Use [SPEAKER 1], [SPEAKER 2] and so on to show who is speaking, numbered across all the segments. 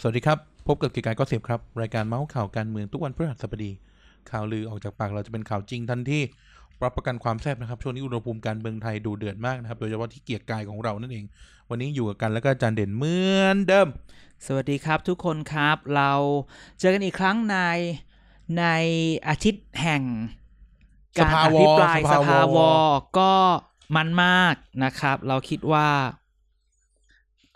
[SPEAKER 1] สวัสดีครับ พบกับกิจการก็เสียบครับ รายการเมาส์ข่าวการเมืองทุกวันพฤหัสบดี ข่าวลือออกจากปากเราจะเป็นข่าวจริงทันทีรับประกันความแซ่บนะครับ ช่วงนี้อุณหภูมิการเมืองไทยดูเดือดมากนะครับ โดยเฉพาะที่เกียรติกายของเรานั่นเอง วันนี้อยู่กับกันแล้วก็อาจารย์เด่นเหมือนเดิม
[SPEAKER 2] สวัสดีครับทุกคนครับเราเจอกันอีกครั้งในในอาทิตย์แห่ง การ
[SPEAKER 1] สภาว
[SPEAKER 2] อ
[SPEAKER 1] อ
[SPEAKER 2] ภิปราย
[SPEAKER 1] ส
[SPEAKER 2] ส
[SPEAKER 1] ภาวอ
[SPEAKER 2] ภาวอก็มันมากนะครับ เราคิดว่า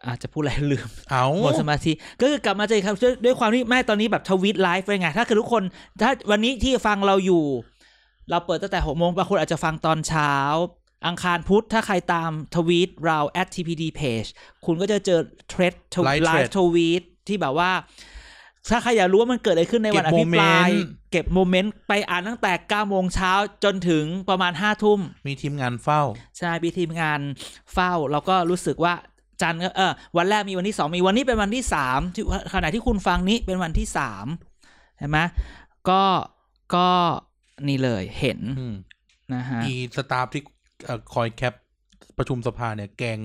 [SPEAKER 2] อาจจะพูดอะไร ลืม
[SPEAKER 1] เอา
[SPEAKER 2] หมดสมาธิก็คือกลับมาเจออกครับด้วยด้วยความที่แม่ตอนนี้แบบทวิตไลฟ์ไปไง ถ้าคือทุกคน ถ้าวันนี้ที่ฟังเราอยู่ เราเปิดตั้งแต่หกโมงบางคนอาจจะฟังตอนเช้า อังคารพุธถ้าใครตามทวีตเรา @tpd page คุณก็จะเจอเทรดไลฟ์ทวีตที่แบบว่า ถ้าใครอยากรู้ว่ามันเกิดอะไรขึ้นในวันอภิปรายเก็บโมเมนต์ไปอ่านตั้งแต่9โมงเช้าจนถึงประมาณ5ทุ่ม
[SPEAKER 1] มีทีมงานเฝ้า
[SPEAKER 2] ใช่มีทีมงานเฝ้าแล้วก็รู้สึกว่าจันทร์ก็เออวันแรกมีวันที่สองมีวันนี้เป็นวันที่สามที่ขณะที่คุณฟังนี้เป็นวันที่สามใช่ไหมก็ก็นี่เลยเห็น
[SPEAKER 1] อืม
[SPEAKER 2] นะฮะ
[SPEAKER 1] มีสตาฟที่เอ่อคอยแคปประชุมสภาเนี่ยแกง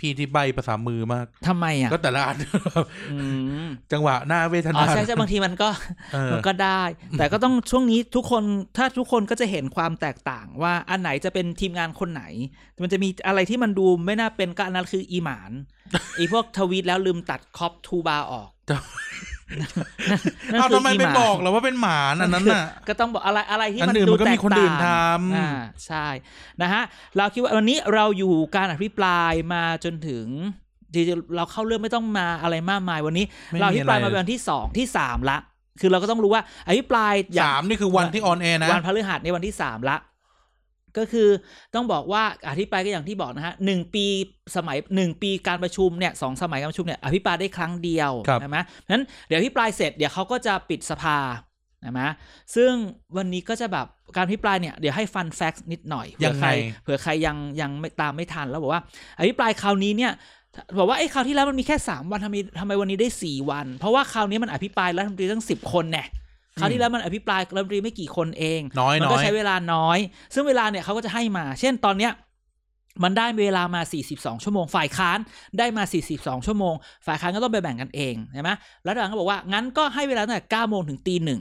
[SPEAKER 1] พี่ที่ใบภาษามือมาก
[SPEAKER 2] ทำไมอ่ะ
[SPEAKER 1] ก็แต่ละอัน
[SPEAKER 2] อืม
[SPEAKER 1] จังหวะหน้าเวท
[SPEAKER 2] อ๋
[SPEAKER 1] นา
[SPEAKER 2] อใช่ใช่บางทีมันก็
[SPEAKER 1] เออ
[SPEAKER 2] มันก็ได้ แต่ก็ต้องช่วงนี้ทุกคนถ้าทุกคนก็จะเห็นความแตกต่างว่าอันไหนจะเป็นทีมงานคนไหน มันจะมีอะไรที่มันดูไม่น่าเป็นก็อันนั้นคืออีห มาน อีพวกทวีตแล้วลืมตัดคอปทูบาร์ออกนั่น
[SPEAKER 1] เอา
[SPEAKER 2] คือ
[SPEAKER 1] ทำไม
[SPEAKER 2] อี
[SPEAKER 1] ไม่
[SPEAKER 2] หมา
[SPEAKER 1] บอก
[SPEAKER 2] น
[SPEAKER 1] เหรอว่าเป็นหมาอันนั้นน่ะ
[SPEAKER 2] ก็ต้องบอกอะไรอะไรที่
[SPEAKER 1] อั
[SPEAKER 2] มันน
[SPEAKER 1] อื่น
[SPEAKER 2] ดู
[SPEAKER 1] มันก็
[SPEAKER 2] แต
[SPEAKER 1] มี
[SPEAKER 2] ก
[SPEAKER 1] คน
[SPEAKER 2] ต่า
[SPEAKER 1] อื่
[SPEAKER 2] ง
[SPEAKER 1] นทำ
[SPEAKER 2] อ่าใช่นะฮะเราคิดว่าวันนี้เราอยู่การอภิปรายมาจนถึงจริงๆเราเข้าเรื่องไม่ต้องมาอะไรมากมายวันนี้
[SPEAKER 1] ไม่
[SPEAKER 2] เราอ
[SPEAKER 1] มี
[SPEAKER 2] ภิ
[SPEAKER 1] อะ
[SPEAKER 2] ป
[SPEAKER 1] ไร
[SPEAKER 2] รายมาเป็นวันที่สองที่สามละ คือเราก็ต้องรู้ว่าอภิปรายอย่ง
[SPEAKER 1] สามนี่คือวันที่ออนแอร์นะ
[SPEAKER 2] วันพฤหัสในวันที่สามละ ก็คือต้องบอกว่าอภิปรายก็อย่างที่บอกนะฮะหนึ่งปีสมัยหนึ่งปีการประชุมเนี่ยสองสมัยการประชุมเนี่ยอภิปรายได้ครั้งเดียว
[SPEAKER 1] ครับ
[SPEAKER 2] ใช่ไหมนั้นเดี๋ยวอภิปรายเสร็จเดี๋ยวเขาก็จะปิดสภาใช่ไหมซึ่งวันนี้ก็จะแบบการอภิปรายเนี่ยเดี๋ยวให้ฟันแฟกซ์นิดหน่อยเผื่อใครเผื่อใครยังยังไม่ตามไม่ทันแล้วบอกว่า อภิปรายคราวนี้เนี่ยบอกว่าไอ้คราวที่แล้วมันมีแค่สามวันทำไมทำไมวันนี้ได้สี่วัน เพราะว่าคราวนี้มันอภิปรายรัฐมนตรีตั้งสิบคนแน่คราวที่แล้วมันอภิปรายรัฐมนตรีไม่กี่คนเอง
[SPEAKER 1] น้อย
[SPEAKER 2] มัน
[SPEAKER 1] น้
[SPEAKER 2] ก็
[SPEAKER 1] อย
[SPEAKER 2] ใช้เวลาน้อย ซึ่งเวลาเนี่ยเขาก็จะให้มา เช่นตอนเนี้ย มันได้เวลามา 42 ชั่วโมง ฝ่ายค้านได้มา 42 ชั่วโมง ฝ่ายค้านก็ต้องไปแบ่งกันเองใช่ไหมรัฐบาลก็บอกว่า งั้นก็ให้เวลาตั้งแต่9โมงถึงตีหนึ่ง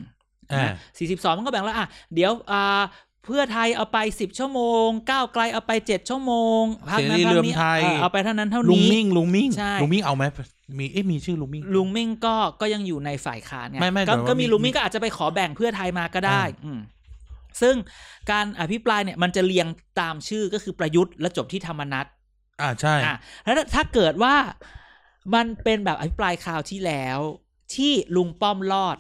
[SPEAKER 1] อ่า
[SPEAKER 2] 42 มันก็แบ่งแล้วอ่ะ เดี๋ยวอ่าเพื่อไทยเอาไป 10 ชั่วโมง ก้าวไกลเอาไป 7 ชั่วโมงพคนั้นพคนี้เออเอาไปเท่านั้นเท่า
[SPEAKER 1] ลุง
[SPEAKER 2] นี้
[SPEAKER 1] มิ่งลุงมิ่ง
[SPEAKER 2] ใช่
[SPEAKER 1] ลุงมิ่งเอาไหมมีเอ๊ะมีชื่อลุงมิ่ง
[SPEAKER 2] ลุงมิ่งก็ก็ยังอยู่ในฝ่ายค้านไง
[SPEAKER 1] ไม่ไม่
[SPEAKER 2] ก็
[SPEAKER 1] แต่ว่า
[SPEAKER 2] ก็มี
[SPEAKER 1] มี
[SPEAKER 2] ลุงมิ่งก็อาจจะไปขอแบ่งเพื่อไทยมาก็ได้
[SPEAKER 1] อ่า
[SPEAKER 2] อืมซึ่งการอภิปรายเนี่ยมันจะเรียงตามชื่อก็คือประยุทธ์และจบที่ธรรมนัต
[SPEAKER 1] อ่าใช่
[SPEAKER 2] อ่ะแล้วถ้าเกิดว่ามันเป็นแบบอภิปรายคราวที่แล้ว ที่ลุงป้อมรอด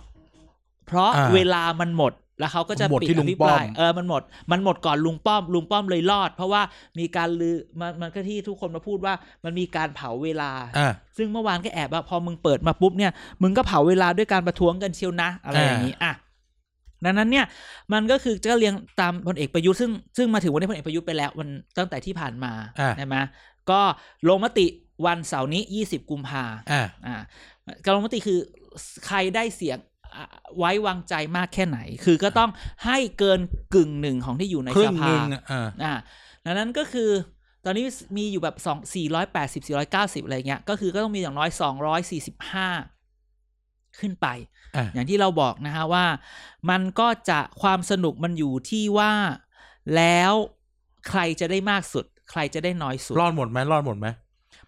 [SPEAKER 2] เพราะเวลามันหมดแล้วเขาก็จะ
[SPEAKER 1] หมด
[SPEAKER 2] ปิด
[SPEAKER 1] ที่
[SPEAKER 2] อ
[SPEAKER 1] ลุง
[SPEAKER 2] ภิป
[SPEAKER 1] ป้อม
[SPEAKER 2] รายเออมันหมด มันหมดก่อนลุงป้อม ลุงป้อมเลยรอด เพราะว่ามีการลือมันมันก็ที่ทุกคนมาพูดว่ามันมีการเผาเวลา
[SPEAKER 1] อ่า
[SPEAKER 2] ซึ่งเมื่อวานก็แอบว่าพอมึงเปิดมาปุ๊บเนี่ย มึงก็เผาเวลาด้วยการประท้วงกันเชียวนะ อะไรอย่างนี้อ่ะดังนั้นเนี่ย มันก็คือจะเรียงตามพลเอกประยุทธ์ซึ่งซึ่งมาถึงวันนี้พลเอกประยุทธ์ไปแล้ววันตั้งแต่ที่ผ่านมา
[SPEAKER 1] อ่ะ
[SPEAKER 2] ใช่ไหมก็ลงมติวันเสาร์นี้ 20 กุมภา
[SPEAKER 1] อ่า
[SPEAKER 2] อ่ะการลงมติคือใครได้เสียงอ่ะไว้วางใจมากแค่ไหน คือก็ต้องให้เกินกึ่งหนึ่งของที่อยู่ใน
[SPEAKER 1] ครึ่
[SPEAKER 2] ส
[SPEAKER 1] ง
[SPEAKER 2] ภา
[SPEAKER 1] หนึ่งอ่ะอ่า
[SPEAKER 2] อ่าดังนั้นก็คือตอนนี้มีอยู่แบบสองสี่ร้อยแปดสิบสี่ร้อยเก้าสิบอะไรเงี้ย ก็คือก็ต้องมีอย่างน้อยสองร้อยสี่สิบห้าขึ้นไป
[SPEAKER 1] อ่ะ
[SPEAKER 2] อย่างที่เราบอกนะฮะว่า มันก็จะความสนุกมันอยู่ที่ว่าแล้วใครจะได้มากสุด ใครจะได้น้อยสุด
[SPEAKER 1] รอดหมดไหมรอดหมดไหม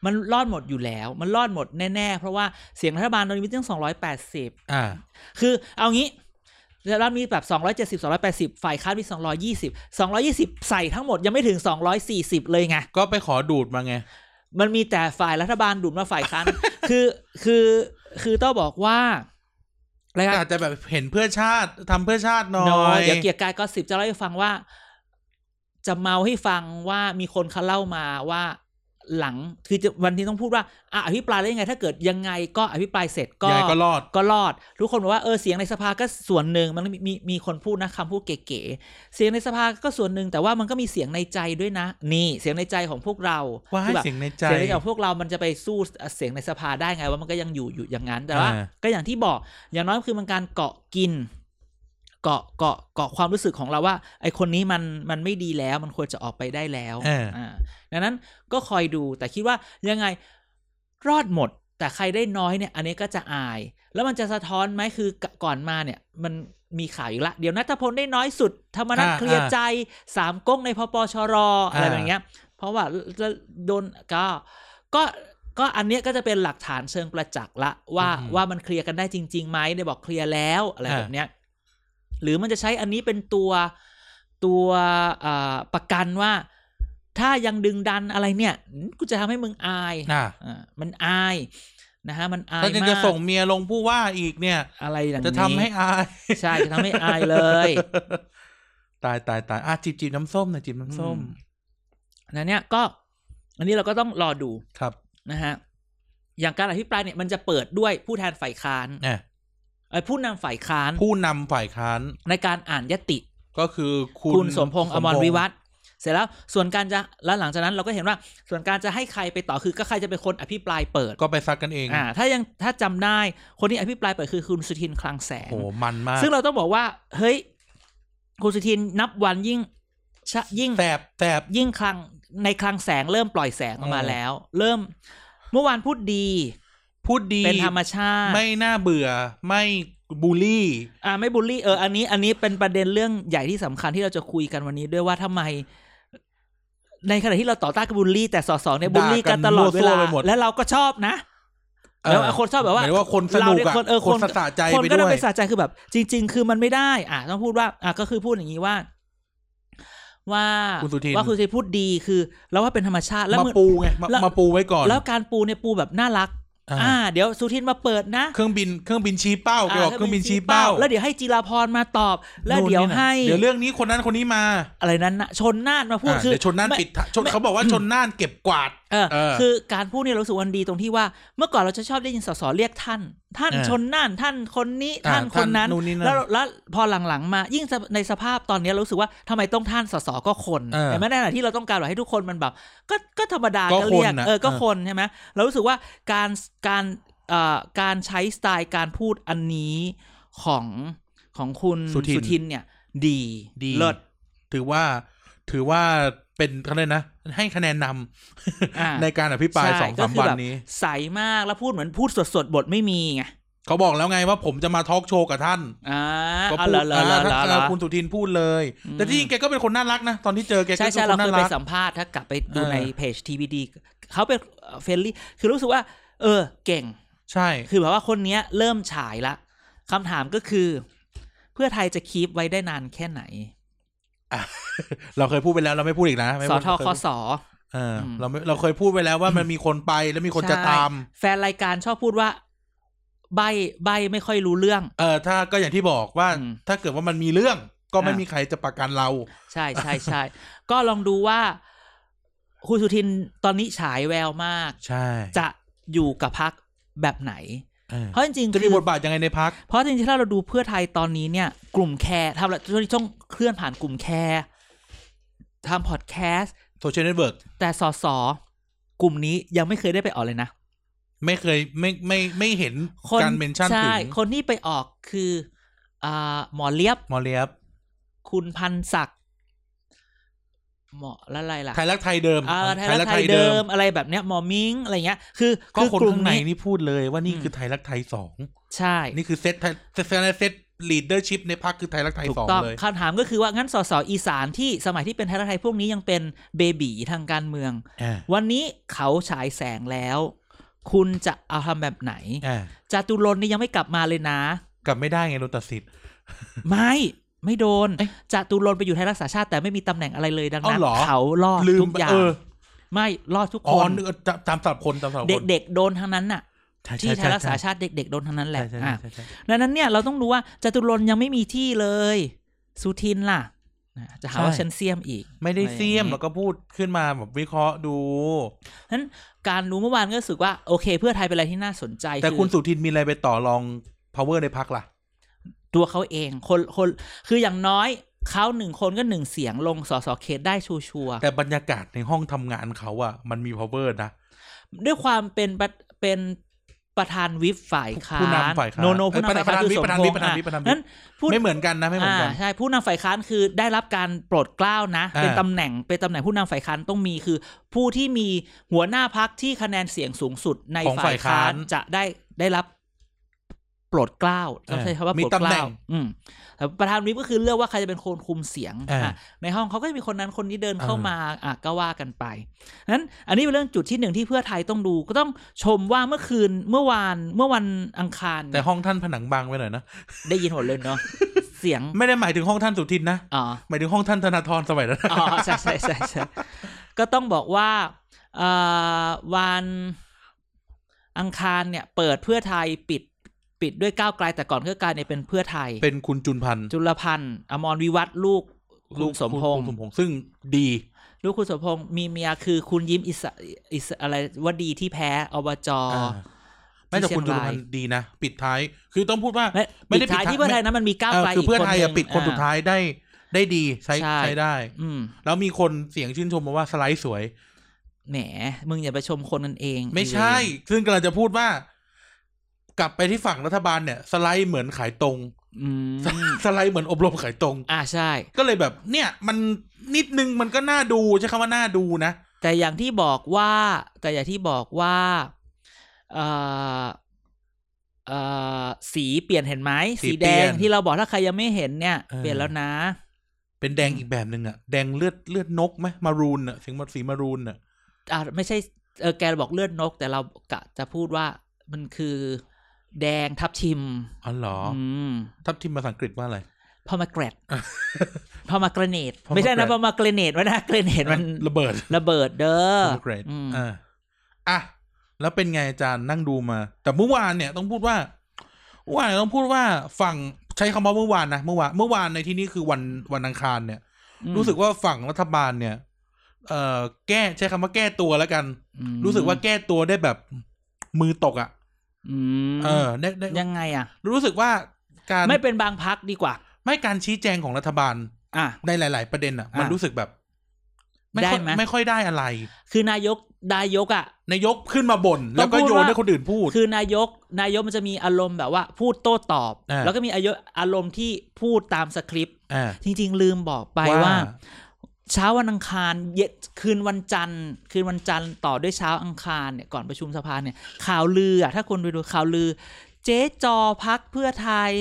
[SPEAKER 2] มันรอดหมดอยู่แล้ว มันรอดหมดแน่ๆ เพราะว่าเสียงรัฐบาลตอนนี้มีตั้งสองร้อยแปดสิบ
[SPEAKER 1] อ่า
[SPEAKER 2] คือเอางี้เรามีแบบ 270 280 ฝ่ายค้านมี 220 220 ใส่ทั้งหมดยังไม่ถึง 240 เลยไง
[SPEAKER 1] ก็ไปขอดูดมาไง
[SPEAKER 2] มันมีแต่ฝ่ายรัฐบาลดุลมาฝ่ายค้าน คือคือคือต้องบอกว่าอะไร
[SPEAKER 1] อา
[SPEAKER 2] นะ
[SPEAKER 1] จจะแบบเห็นเพื่อชาติทำเพื่อชาติหน่
[SPEAKER 2] น้
[SPEAKER 1] อ
[SPEAKER 2] อย
[SPEAKER 1] ย
[SPEAKER 2] เดี๋ยวเกียร์กายก็สิบจะเล่าให้ฟังว่า จะเมาให้ฟังว่ามีคนเขาเล่ามาว่าหลังคือจะวันที่ต้องพูดว่าอ่ะอภิปรายแล้วยังไง ถ้าเกิดยังไงก็อภิปรายเสร็จก็
[SPEAKER 1] ยายก็รอด
[SPEAKER 2] ก็รอด ทุกคนบอกว่าเออเสียงในสภาก็ส่วนหนึ่งมันมีมีมีคนพูดนะคำพูดเก๋ๆเสียงในสภาก็ส่วนหนึ่งแต่ว่ามันก็มีเสียงในใจด้วยนะ นี่เสียงในใจของพวกเรา
[SPEAKER 1] ว่าให้
[SPEAKER 2] คือแบบ
[SPEAKER 1] เสียงในใจ
[SPEAKER 2] เสียงในใจของพวกเรามันจะไปสู้เสียงในสภาได้ไงว่ามันก็ยังอยู่อยู่อย่างนั้นแต่ว่า
[SPEAKER 1] อ่า
[SPEAKER 2] ก็อย่างที่บอกอย่างน้อยคือมันการเกาะกิน เกาะเกาะเกาะความรู้สึกของเราว่า ไอคนนี้มันมันไม่ดีแล้วมันควรจะออกไปได้แล้ว
[SPEAKER 1] เออ
[SPEAKER 2] อ่าดังนั้นก็คอยดูแต่คิดว่ายังไงรอดหมด แต่ใครได้น้อยเนี่ย อันนี้ก็จะอาย แล้วมันจะสะท้อนไหมคือก่อนมาเนี่ย มันมีข่าวอีกละ เดี๋ยวนัทพลได้น้อยสุดธรรมนัฐ
[SPEAKER 1] อ่า
[SPEAKER 2] เคลียร์ใจสามก๊กในพปชรออะไร
[SPEAKER 1] อ่า
[SPEAKER 2] แบบเนี้ย เพราะว่าแล้วโดนก็ก็ก็อันเนี้ยก็จะเป็นหลักฐานเชิงประจักษ์ละว่า
[SPEAKER 1] อืม
[SPEAKER 2] ว่ามันเคลียร์กันได้จริงๆไหมได้บอกเคลียร์แล้วอะไร
[SPEAKER 1] อ่า
[SPEAKER 2] แบบเนี้ย หรือมันจะใช้อันนี้เป็นตัวตัวเอ่อประกันว่า ถ้ายังดึงดันอะไรเนี่ยหืมกูจะทำให้มึงอาย
[SPEAKER 1] อ่ะ
[SPEAKER 2] อ่ามันอายนะฮะมันอาย
[SPEAKER 1] ถ้ายัง
[SPEAKER 2] มา
[SPEAKER 1] จะ
[SPEAKER 2] ก
[SPEAKER 1] ส่งเมียลงผู้ว่าอีกเนี่ย
[SPEAKER 2] อะไรอย่างนี้
[SPEAKER 1] จะทำให้อาย
[SPEAKER 2] ใช่จะทำให้อายเลย
[SPEAKER 1] ตายตายตายอ่ะจิบจิบน้ำส้มหน่อยจิบน้ำส้ม
[SPEAKER 2] อืม นะเนี่ยก็ อันนี้เราก็ต้องรอดู
[SPEAKER 1] ครับ
[SPEAKER 2] นะฮะอย่างการอภิปรายเนี่ยมันจะเปิดด้วยผู้แทนฝ่ายค้าน
[SPEAKER 1] เนี่ย
[SPEAKER 2] เอ่อผู้นำฝ่ายค้าน
[SPEAKER 1] ผู้นำฝ่ายค้าน
[SPEAKER 2] ในการอ่านยติ
[SPEAKER 1] ก็คือคุณ
[SPEAKER 2] คุณสมพงษ์อมรวิวัฒน์เสร็จแล้วส่วนการจะแล้วหลังจากนั้นเราก็เห็นว่าส่วนการจะให้ใครไปต่อคือก็ใครจะเป็นคนอภิปรายเปิด
[SPEAKER 1] ก็ไปซักกันเอง
[SPEAKER 2] อ่าถ้ายังถ้าจำได้คนที่อภิปรายเปิดคือคุณสุทินคลังแสง
[SPEAKER 1] โหมันมาก
[SPEAKER 2] ซึ่งเราต้องบอกว่า เฮ้ย คุณสุทินนับวันยิ่งชะยิ่ง
[SPEAKER 1] แสบแสบ
[SPEAKER 2] ยิ่งคลังในคลังแสงเริ่มปล่อยแสงออกมา
[SPEAKER 1] อ๋อ
[SPEAKER 2] แล้ว เริ่มเมื่อวานพูดดี
[SPEAKER 1] พูดดี
[SPEAKER 2] เป็นธรรมชาติ
[SPEAKER 1] ไม่น่าเบื่อไม่บูลลี่
[SPEAKER 2] อ่าไม่บูลลี่เอออันนี้อันนี้เป็นประเด็นเรื่องใหญ่ที่สำคัญที่เราจะคุยกันวันนี้ด้วยว่าทำไม ในขณะที่เราต่อต้านกับบูลลี่ แต่สสเนี่ยบูลลี่กันตลอดเวลา
[SPEAKER 1] ด่ากันมั่วซั่วไปหมด
[SPEAKER 2] และเราก็ชอบนะ แล้วคนชอบแบบว่า
[SPEAKER 1] หมยถึงว่าคนสนุก
[SPEAKER 2] เราเนี่ย
[SPEAKER 1] อะ
[SPEAKER 2] คนเออ
[SPEAKER 1] ค
[SPEAKER 2] คน น
[SPEAKER 1] สะสะใจ
[SPEAKER 2] คน
[SPEAKER 1] ไป
[SPEAKER 2] ก็
[SPEAKER 1] ด้
[SPEAKER 2] ต้
[SPEAKER 1] ว
[SPEAKER 2] อย งไปสะใจคือแบบ จริง ๆ คือมันไม่ได้ อ่าต้องพูดว่าอ่าก็คือพูดอย่างนี้ว่า ว่า
[SPEAKER 1] คุณสุทิน
[SPEAKER 2] ว่าคุณสุทินพูดดีคือเราว่าเป็นธรรมชาติแล้ว
[SPEAKER 1] มา
[SPEAKER 2] มึง
[SPEAKER 1] ปูไงมา
[SPEAKER 2] แล้ว
[SPEAKER 1] มาปูไว้ก่อน
[SPEAKER 2] แล้วการปูเนี่ยปูแบบน่ารัก
[SPEAKER 1] อ่า
[SPEAKER 2] อ่า เดี๋ยวสุทินมาเปิดนะ
[SPEAKER 1] เครื่องบินเครื่องบินชี้เป้าแกบอกเครื่องบินชี้เป้า
[SPEAKER 2] แล้วเดี๋ยวให้จีราพรมาตอบ แล้ว
[SPEAKER 1] นู่น
[SPEAKER 2] เดี๋ยว
[SPEAKER 1] นี่น่ะ
[SPEAKER 2] ให้
[SPEAKER 1] เดี๋ยวเรื่องนี้คนนั้นคนนี้มา
[SPEAKER 2] อะไรนั้นนะชนน่านมาพูด
[SPEAKER 1] อ่า
[SPEAKER 2] คือ
[SPEAKER 1] เดี๋ยวชนน่าน
[SPEAKER 2] ไม่
[SPEAKER 1] ปิดท้ายชน
[SPEAKER 2] ไม่
[SPEAKER 1] เขาบอกว่าชนน่านเก็บกวาด
[SPEAKER 2] เออ
[SPEAKER 1] เออ
[SPEAKER 2] คือการพูดเนี่ยเรารู้สึกวันดีตรงที่ว่า เมื่อก่อนเราจะชอบได้ยินสสเรียกท่าน ท่าน
[SPEAKER 1] เออ
[SPEAKER 2] ชนน่านท่านคนนี้
[SPEAKER 1] อ่
[SPEAKER 2] ท่านคนนั้น
[SPEAKER 1] นู่นนี่นั่น
[SPEAKER 2] แล้วแล้วพอหลังๆมายิ่งในสภาพตอนเนี้ยเรารู้สึกว่าทำไมต้องท่านสสก็คน
[SPEAKER 1] เออ
[SPEAKER 2] แต่ไม่ได้หนะที่เราต้องการแบบให้ทุกคนมันแบบก็ก็ธรรมดา
[SPEAKER 1] ก็
[SPEAKER 2] ก็เรีย
[SPEAKER 1] ค
[SPEAKER 2] ก
[SPEAKER 1] นน่ะ
[SPEAKER 2] เออก็
[SPEAKER 1] เออ
[SPEAKER 2] คนใช่ไหมเรารู้สึกว่าการการเอ่อการใช้สไตล์การพูดอันนี้ของของคุณ
[SPEAKER 1] สุทิน
[SPEAKER 2] ทินเนี่ย ดี
[SPEAKER 1] ดี
[SPEAKER 2] เลิศ
[SPEAKER 1] ถือว่าถือว่าเป็นเขาเลยกนะ ให้คะแนนนำ
[SPEAKER 2] อ่า
[SPEAKER 1] ในการอภิปราย
[SPEAKER 2] ใช่
[SPEAKER 1] สอง
[SPEAKER 2] ก็
[SPEAKER 1] สาม
[SPEAKER 2] คือ
[SPEAKER 1] วัน
[SPEAKER 2] แบบ
[SPEAKER 1] นี้
[SPEAKER 2] ใสมากแล้วพูดเหมือนพูดสดสดๆบทไม่มีไง
[SPEAKER 1] เขาบอกแล้วไงว่าผมจะมาทอล์กโชว์กับท่าน
[SPEAKER 2] อ่า
[SPEAKER 1] ก็
[SPEAKER 2] อ๋อ
[SPEAKER 1] พู
[SPEAKER 2] เห
[SPEAKER 1] ด
[SPEAKER 2] รอเหรอ
[SPEAKER 1] อ่า
[SPEAKER 2] เหรอเหรอเหร
[SPEAKER 1] ถ้า
[SPEAKER 2] อ
[SPEAKER 1] คุณสุทินพูดเลย
[SPEAKER 2] อืม
[SPEAKER 1] แต่ที่จริงแกก็เป็นคนน่ารักนะ ตอนที่เจอแกก็
[SPEAKER 2] ใช่
[SPEAKER 1] เป็
[SPEAKER 2] ใช่
[SPEAKER 1] นค
[SPEAKER 2] เรา
[SPEAKER 1] น
[SPEAKER 2] เค
[SPEAKER 1] น่าย รั
[SPEAKER 2] ไป
[SPEAKER 1] ก
[SPEAKER 2] สัมภาษณ์ถ้ากลับไปดู
[SPEAKER 1] เออ
[SPEAKER 2] ในเพจทีวีดีเขาเป็นเฟรนลี่คือรู้สึกว่า เออ เก่ง
[SPEAKER 1] ใช่
[SPEAKER 2] คือแบบว่าคนเนี้ยเริ่มฉายละคำถามก็คือ เพื่อไทยจะคีปไว้ได้นานแค่ไหน
[SPEAKER 1] เราเคยพูดไปแล้วเราไม่พูดอีกนะไม่
[SPEAKER 2] ส
[SPEAKER 1] พูด
[SPEAKER 2] ทคส
[SPEAKER 1] เอออ
[SPEAKER 2] ม
[SPEAKER 1] เราไม่เราเคยพูดไปแล้วว่ามันมีคนไปแล้วมีคนจะตาม
[SPEAKER 2] ใช่แฟนรายการชอบพูดว่า ใบใบไม่ค่อยรู้เรื่อง
[SPEAKER 1] เออถ้าก็อย่างที่บอกว่า
[SPEAKER 2] อืม
[SPEAKER 1] ถ้าเกิดว่ามันมีเรื่อง ก็ไม่
[SPEAKER 2] อ่ะ
[SPEAKER 1] มีใครจะประกันเรา
[SPEAKER 2] ใช่ใช่ใช่ ก็ลองดูว่าคุณสุทินตอนนี้ฉายแววมาก
[SPEAKER 1] ใช่
[SPEAKER 2] จะอยู่กับพักแบบไหน
[SPEAKER 1] เออ
[SPEAKER 2] เพราะจริงๆ
[SPEAKER 1] จะมี
[SPEAKER 2] คือบ
[SPEAKER 1] ทบาทยังไงในพัก
[SPEAKER 2] เพราะจริงๆถ้าเราดูเพื่อไทยตอนนี้เนี่ย กลุ่มแคร์ทำอะไรช่วงนี้ช่องเคลื่อนผ่านกลุ่มแคร์ทำพอดแคสต์
[SPEAKER 1] โซเชียลเน็ตเวิร์ก
[SPEAKER 2] แต่สอสอกลุ่มนี้ยังไม่เคยได้ไปออกเลยนะ
[SPEAKER 1] ไม่เคยไม่ไม่ไม่เห็น
[SPEAKER 2] คน
[SPEAKER 1] การเมนชั่น
[SPEAKER 2] ใช่
[SPEAKER 1] ถึง
[SPEAKER 2] คนที่ไปออกคืออ่าหมอเลียบ
[SPEAKER 1] มอเลียบ
[SPEAKER 2] คุณพันธ์ศักดิ์หมอละไรล่ะ
[SPEAKER 1] ไทยรักไทยเดิม
[SPEAKER 2] อ่าไทยรักไทยเดิมอะไรแบบเนี้ยหมอมิงอะไรเงี้ย คือ
[SPEAKER 1] ก็
[SPEAKER 2] คือ
[SPEAKER 1] คน
[SPEAKER 2] กลุ่ม
[SPEAKER 1] ข้างใน
[SPEAKER 2] นี้
[SPEAKER 1] นี่พูดเลยว่านี่
[SPEAKER 2] อืม
[SPEAKER 1] คือไทยรักไทยสอง
[SPEAKER 2] ใช่
[SPEAKER 1] นี่คือเซตไทยเซตเซตลีดเดอร์ชิพในพักคือไทยรักไทย
[SPEAKER 2] ถูก
[SPEAKER 1] สอง
[SPEAKER 2] ต้อง
[SPEAKER 1] เลย
[SPEAKER 2] คำถามก็คือว่างั้นสสอีสานที่สมัยที่เป็นไทยรักไทยพวกนี้ยังเป็นเบบีทางการเมือง
[SPEAKER 1] อ่า
[SPEAKER 2] วันนี้เขาฉายแสงแล้ว คุณจะเอาทำแบบไหน
[SPEAKER 1] อ่า
[SPEAKER 2] จาตุรนต์นี่ยังไม่กลับมาเลยนะ
[SPEAKER 1] กลับไม่ได้ไงโดนตัดสิทธิ์
[SPEAKER 2] ไม่ไม่โดน
[SPEAKER 1] เอ๊ะ
[SPEAKER 2] จาตุรนต์ไปอยู่ไทยรักษาชาติแต่ไม่มีตำแหน่งอะไรเลยดังนั้น
[SPEAKER 1] เอาเหรอ
[SPEAKER 2] เขารอด
[SPEAKER 1] ลืม
[SPEAKER 2] ทุกอย่าง
[SPEAKER 1] เออ
[SPEAKER 2] ไม่รอดทุก
[SPEAKER 1] อ๋
[SPEAKER 2] ค
[SPEAKER 1] อน นึกตามตามสับคนตามสับคน
[SPEAKER 2] เด็กๆโดนทั้งนั้นน่ะ
[SPEAKER 1] ใช่
[SPEAKER 2] ที่ไท
[SPEAKER 1] ใช่
[SPEAKER 2] ยรักษา
[SPEAKER 1] ใ
[SPEAKER 2] ชาติเด็ก ๆ โดนทั้งนั้นแหละ
[SPEAKER 1] ใช่ใช่
[SPEAKER 2] อ่ะ
[SPEAKER 1] ใช่ใช่
[SPEAKER 2] ดังนั้นเนี่ยเราต้องรู้ว่าจตุรนต์ยังไม่มีที่เลย สุทินล่ะนะจะหาว่า
[SPEAKER 1] ใช่
[SPEAKER 2] ฉันเสียมอีก
[SPEAKER 1] ไม่ได้เสียม
[SPEAKER 2] อะไรอย่างงี้
[SPEAKER 1] แล้วก็พูดขึ้นมาแบบวิเคราะห์ดู
[SPEAKER 2] นั้นการรู้เมื่อวานก็รู้สึกว่าโอเค เพื่อไทยเป็นอะไรที่น่าสนใจ
[SPEAKER 1] แต่คุณ
[SPEAKER 2] อ
[SPEAKER 1] สุทินมีอะไรไปต่อรอง power ในพักล่ะ
[SPEAKER 2] ตัวเขาเองคนคนคืออย่างน้อยเขาหนึ่งคนก็หนึ่งเสียงลงสสเขตได้ชัวร์
[SPEAKER 1] แต่บรรยากาศในห้องทำงานเขาอะมันมี power นะ
[SPEAKER 2] ๆด้วยความเป็นประเป็น ประธานวิปฝ่ายค้า
[SPEAKER 1] ผู้
[SPEAKER 2] น
[SPEAKER 1] นำฝ่ายค้าน
[SPEAKER 2] โนโน
[SPEAKER 1] เอ้
[SPEAKER 2] ผู้
[SPEAKER 1] ย
[SPEAKER 2] นำฝ่ายค้านคือสม
[SPEAKER 1] ประธาน
[SPEAKER 2] พ
[SPEAKER 1] วิ
[SPEAKER 2] ง
[SPEAKER 1] ป
[SPEAKER 2] ษ์
[SPEAKER 1] ประธานวิปประธานวิป
[SPEAKER 2] นั้นผู้
[SPEAKER 1] ไม่เหมือนกันนะไม่เหมือนกัน
[SPEAKER 2] อ่าใช่ผู้นำฝ่ายค้านคือได้รับการโปรดเกล้านะ
[SPEAKER 1] อ่า
[SPEAKER 2] เป็นตำแหน่งเป็นตำแหน่งผู้นำฝ่ายค้านต้องมีคือ ผู้ที่มีหัวหน้าพักที่คะแนนเสียงสูงสุดใน
[SPEAKER 1] ของ
[SPEAKER 2] ฝ่า
[SPEAKER 1] ฝ่าย ย
[SPEAKER 2] ค้า
[SPEAKER 1] ค้าน น
[SPEAKER 2] จะได้ได้รับโปรดเกล้าต้องใช้คำว่าโปรด
[SPEAKER 1] มี
[SPEAKER 2] เก
[SPEAKER 1] ตำแหน่
[SPEAKER 2] ล้างอืมแต่ประธานวิปก็คือเลือกว่าใครจะเป็นคนคุมเสียง
[SPEAKER 1] อ่า
[SPEAKER 2] อ่ะในห้องเขาก็จะมีคนนั้นคนนี้เดินเข้า
[SPEAKER 1] อ่าม
[SPEAKER 2] มาอ่ะก็ว่ากันไป นั้นอันนี้เป็นเรื่องจุดที่หนึ่งที่เพื่อไทยต้องดูก็ต้องชมว่าเมื่อคืนเมื่อวานเมื่อวันอังคาร
[SPEAKER 1] แต่ห้องท่านผนังบางไว้หน่อยนะ
[SPEAKER 2] ได้ยินหมดเลยเนาะ เสียง
[SPEAKER 1] ไม่ได้หมายถึงห้องท่านสุทินนะ
[SPEAKER 2] อ๋อ
[SPEAKER 1] หมายถึงห้องท่านธนาธรสมัยนั้น
[SPEAKER 2] อ๋อใช่ใช่ใช่ใช่ก็ต้องบอกว่าเอ่อวันอังคารเนี่ย เปิดเพื่อไทยปิดปิดด้วยก้าวไกลแต่ก่อนเพื่อไกลเนี่ยเป็นเพื่อไทย
[SPEAKER 1] เป็นคุณจุนพันธ์
[SPEAKER 2] จุลพันธ์อมรวิวัฒน์ลูกลูกสมพง
[SPEAKER 1] คุ
[SPEAKER 2] ษ์
[SPEAKER 1] ณสมพงษ์ซึ่งดี
[SPEAKER 2] ลูกคุณสมพงษ์มีเมียคือคุณยิ้มอิสระอิสระอะไรวดีที่แพ้อบจ
[SPEAKER 1] าแม้แต่คุณจุลพันธ์ดีนะปิดท้าย คือต้องพูดว่า
[SPEAKER 2] ไม่
[SPEAKER 1] ไม่
[SPEAKER 2] ปิ
[SPEAKER 1] ได้
[SPEAKER 2] ดท้าย
[SPEAKER 1] ปิดท้าย
[SPEAKER 2] ที่เพื่อไทยนะมันมีก้าว
[SPEAKER 1] เอ่อ
[SPEAKER 2] ไกล
[SPEAKER 1] คือ
[SPEAKER 2] อีก
[SPEAKER 1] เพื่อ
[SPEAKER 2] คน
[SPEAKER 1] ไทยอะ
[SPEAKER 2] หนึ่ง
[SPEAKER 1] ปิดคน
[SPEAKER 2] อ่
[SPEAKER 1] สุดท้ายได้ได้ดีใช้
[SPEAKER 2] ใช่
[SPEAKER 1] ใช้ได้
[SPEAKER 2] อืม
[SPEAKER 1] แล้วมีคนเสียงชื่นชมมาว่าสไลด์สวย
[SPEAKER 2] แหมมึงอย่าไปชมคนกันเอง
[SPEAKER 1] ไม่ใช่ ซึ่งกำลังจะพูดว่า กลับไปที่ฝั่งรัฐบาลเนี่ย สไลด์เหมือนขายตรง
[SPEAKER 2] อืม
[SPEAKER 1] สไลด์เหมือนอบรมขายตรง
[SPEAKER 2] อ่าใช่
[SPEAKER 1] ก็เลยแบบ เนี่ย มันนิดนึงมันก็น่าดูใช้คำว่าน่าดูนะ
[SPEAKER 2] แต่อย่างที่บอกว่า แต่อย่างที่บอกว่าเอ่อเอ่อสีเปลี่ยนเห็นไหม
[SPEAKER 1] สี
[SPEAKER 2] สี
[SPEAKER 1] เป
[SPEAKER 2] แด
[SPEAKER 1] ลี่ย
[SPEAKER 2] ง
[SPEAKER 1] น
[SPEAKER 2] ที่เราบอกถ้าใครยังไม่เห็นเนี่ย
[SPEAKER 1] เออ
[SPEAKER 2] เปลี่ยนแล้วนะ
[SPEAKER 1] เป็นแดงอีกแบบหนึ่งอะแดงเลือดเลือดนกไหมมารูนอะสีมันสีมารูนอะ
[SPEAKER 2] อ่าไม่ใช่เออแกบอกเลือดนก แต่เรากะจะพูดว่ามันคือแดงทับทิม
[SPEAKER 1] อ๋อเหรออ
[SPEAKER 2] อืม
[SPEAKER 1] ทับทิมภาษาอังกฤษว่าอะไร
[SPEAKER 2] พอมาแกรด พอมาเกรเนต
[SPEAKER 1] pomegranate
[SPEAKER 2] ไม่ใช่นะพอมาเกรเนตไม่นะเกรเนตมัน
[SPEAKER 1] ระเบิด
[SPEAKER 2] ระเบิดเด้อ
[SPEAKER 1] เกรด
[SPEAKER 2] อืม
[SPEAKER 1] อ่าอ่ะ แล้วเป็นไงอาจารย์นั่งดูมา แต่เมื่อวานเนี่ยต้องพูดว่าเมื่อวานเนี่ยต้องพูดว่าฝั่งใช้คำว่าเมื่อวานนะเมื่อวานเมื่อวานในที่นี้คือวันวันอังคารเนี่ย
[SPEAKER 2] อืม
[SPEAKER 1] รู้สึกว่าฝั่งรัฐบาลเนี่ย เอ่อแก้ใช้คำว่าแก้ตัวแล้วกัน
[SPEAKER 2] อืม
[SPEAKER 1] รู้สึกว่าแก้ตัวได้แบบมือตกอ่ะ
[SPEAKER 2] อืม
[SPEAKER 1] เออได้ได้
[SPEAKER 2] ยังไงอ่ะ
[SPEAKER 1] รู้สึกว่าการ
[SPEAKER 2] ไม่เป็นบางพักดีกว่า
[SPEAKER 1] ไม่การชี้แจงของรัฐบาล
[SPEAKER 2] อ่ะ
[SPEAKER 1] ในหลาย ๆ ประเด็นอ่ะ มัน
[SPEAKER 2] อ่ะ
[SPEAKER 1] รู้สึกแบบ ไม่ค่อย
[SPEAKER 2] ได้ไหม
[SPEAKER 1] ไม่ค่อยได้อะไร
[SPEAKER 2] คือนายกนายกอ่ะ
[SPEAKER 1] นายกขึ้นมาบ่นแล้วก็
[SPEAKER 2] ต้องพูด
[SPEAKER 1] โยน
[SPEAKER 2] ว่า
[SPEAKER 1] ให้คนอื่นพูด
[SPEAKER 2] คือนายกนายกมันจะมีอารมณ์แบบว่า พูดโต้ตอบ
[SPEAKER 1] อ่า
[SPEAKER 2] แล้วก็มีอายอารมณ์ที่พูดตามสคริปต์
[SPEAKER 1] อ่า
[SPEAKER 2] จริง ๆ ลืมบอกไปว่า เช้าวันอังคารเย็นคืนวันจันทร์คืนวันจันทร์ต่อด้วยเช้าอังคารเนี่ยก่อนประชุมสภาเนี่ยข่าวลืออะถ้าคนไปดูข่าวลือ เจ๊จอพักเพื่อไทย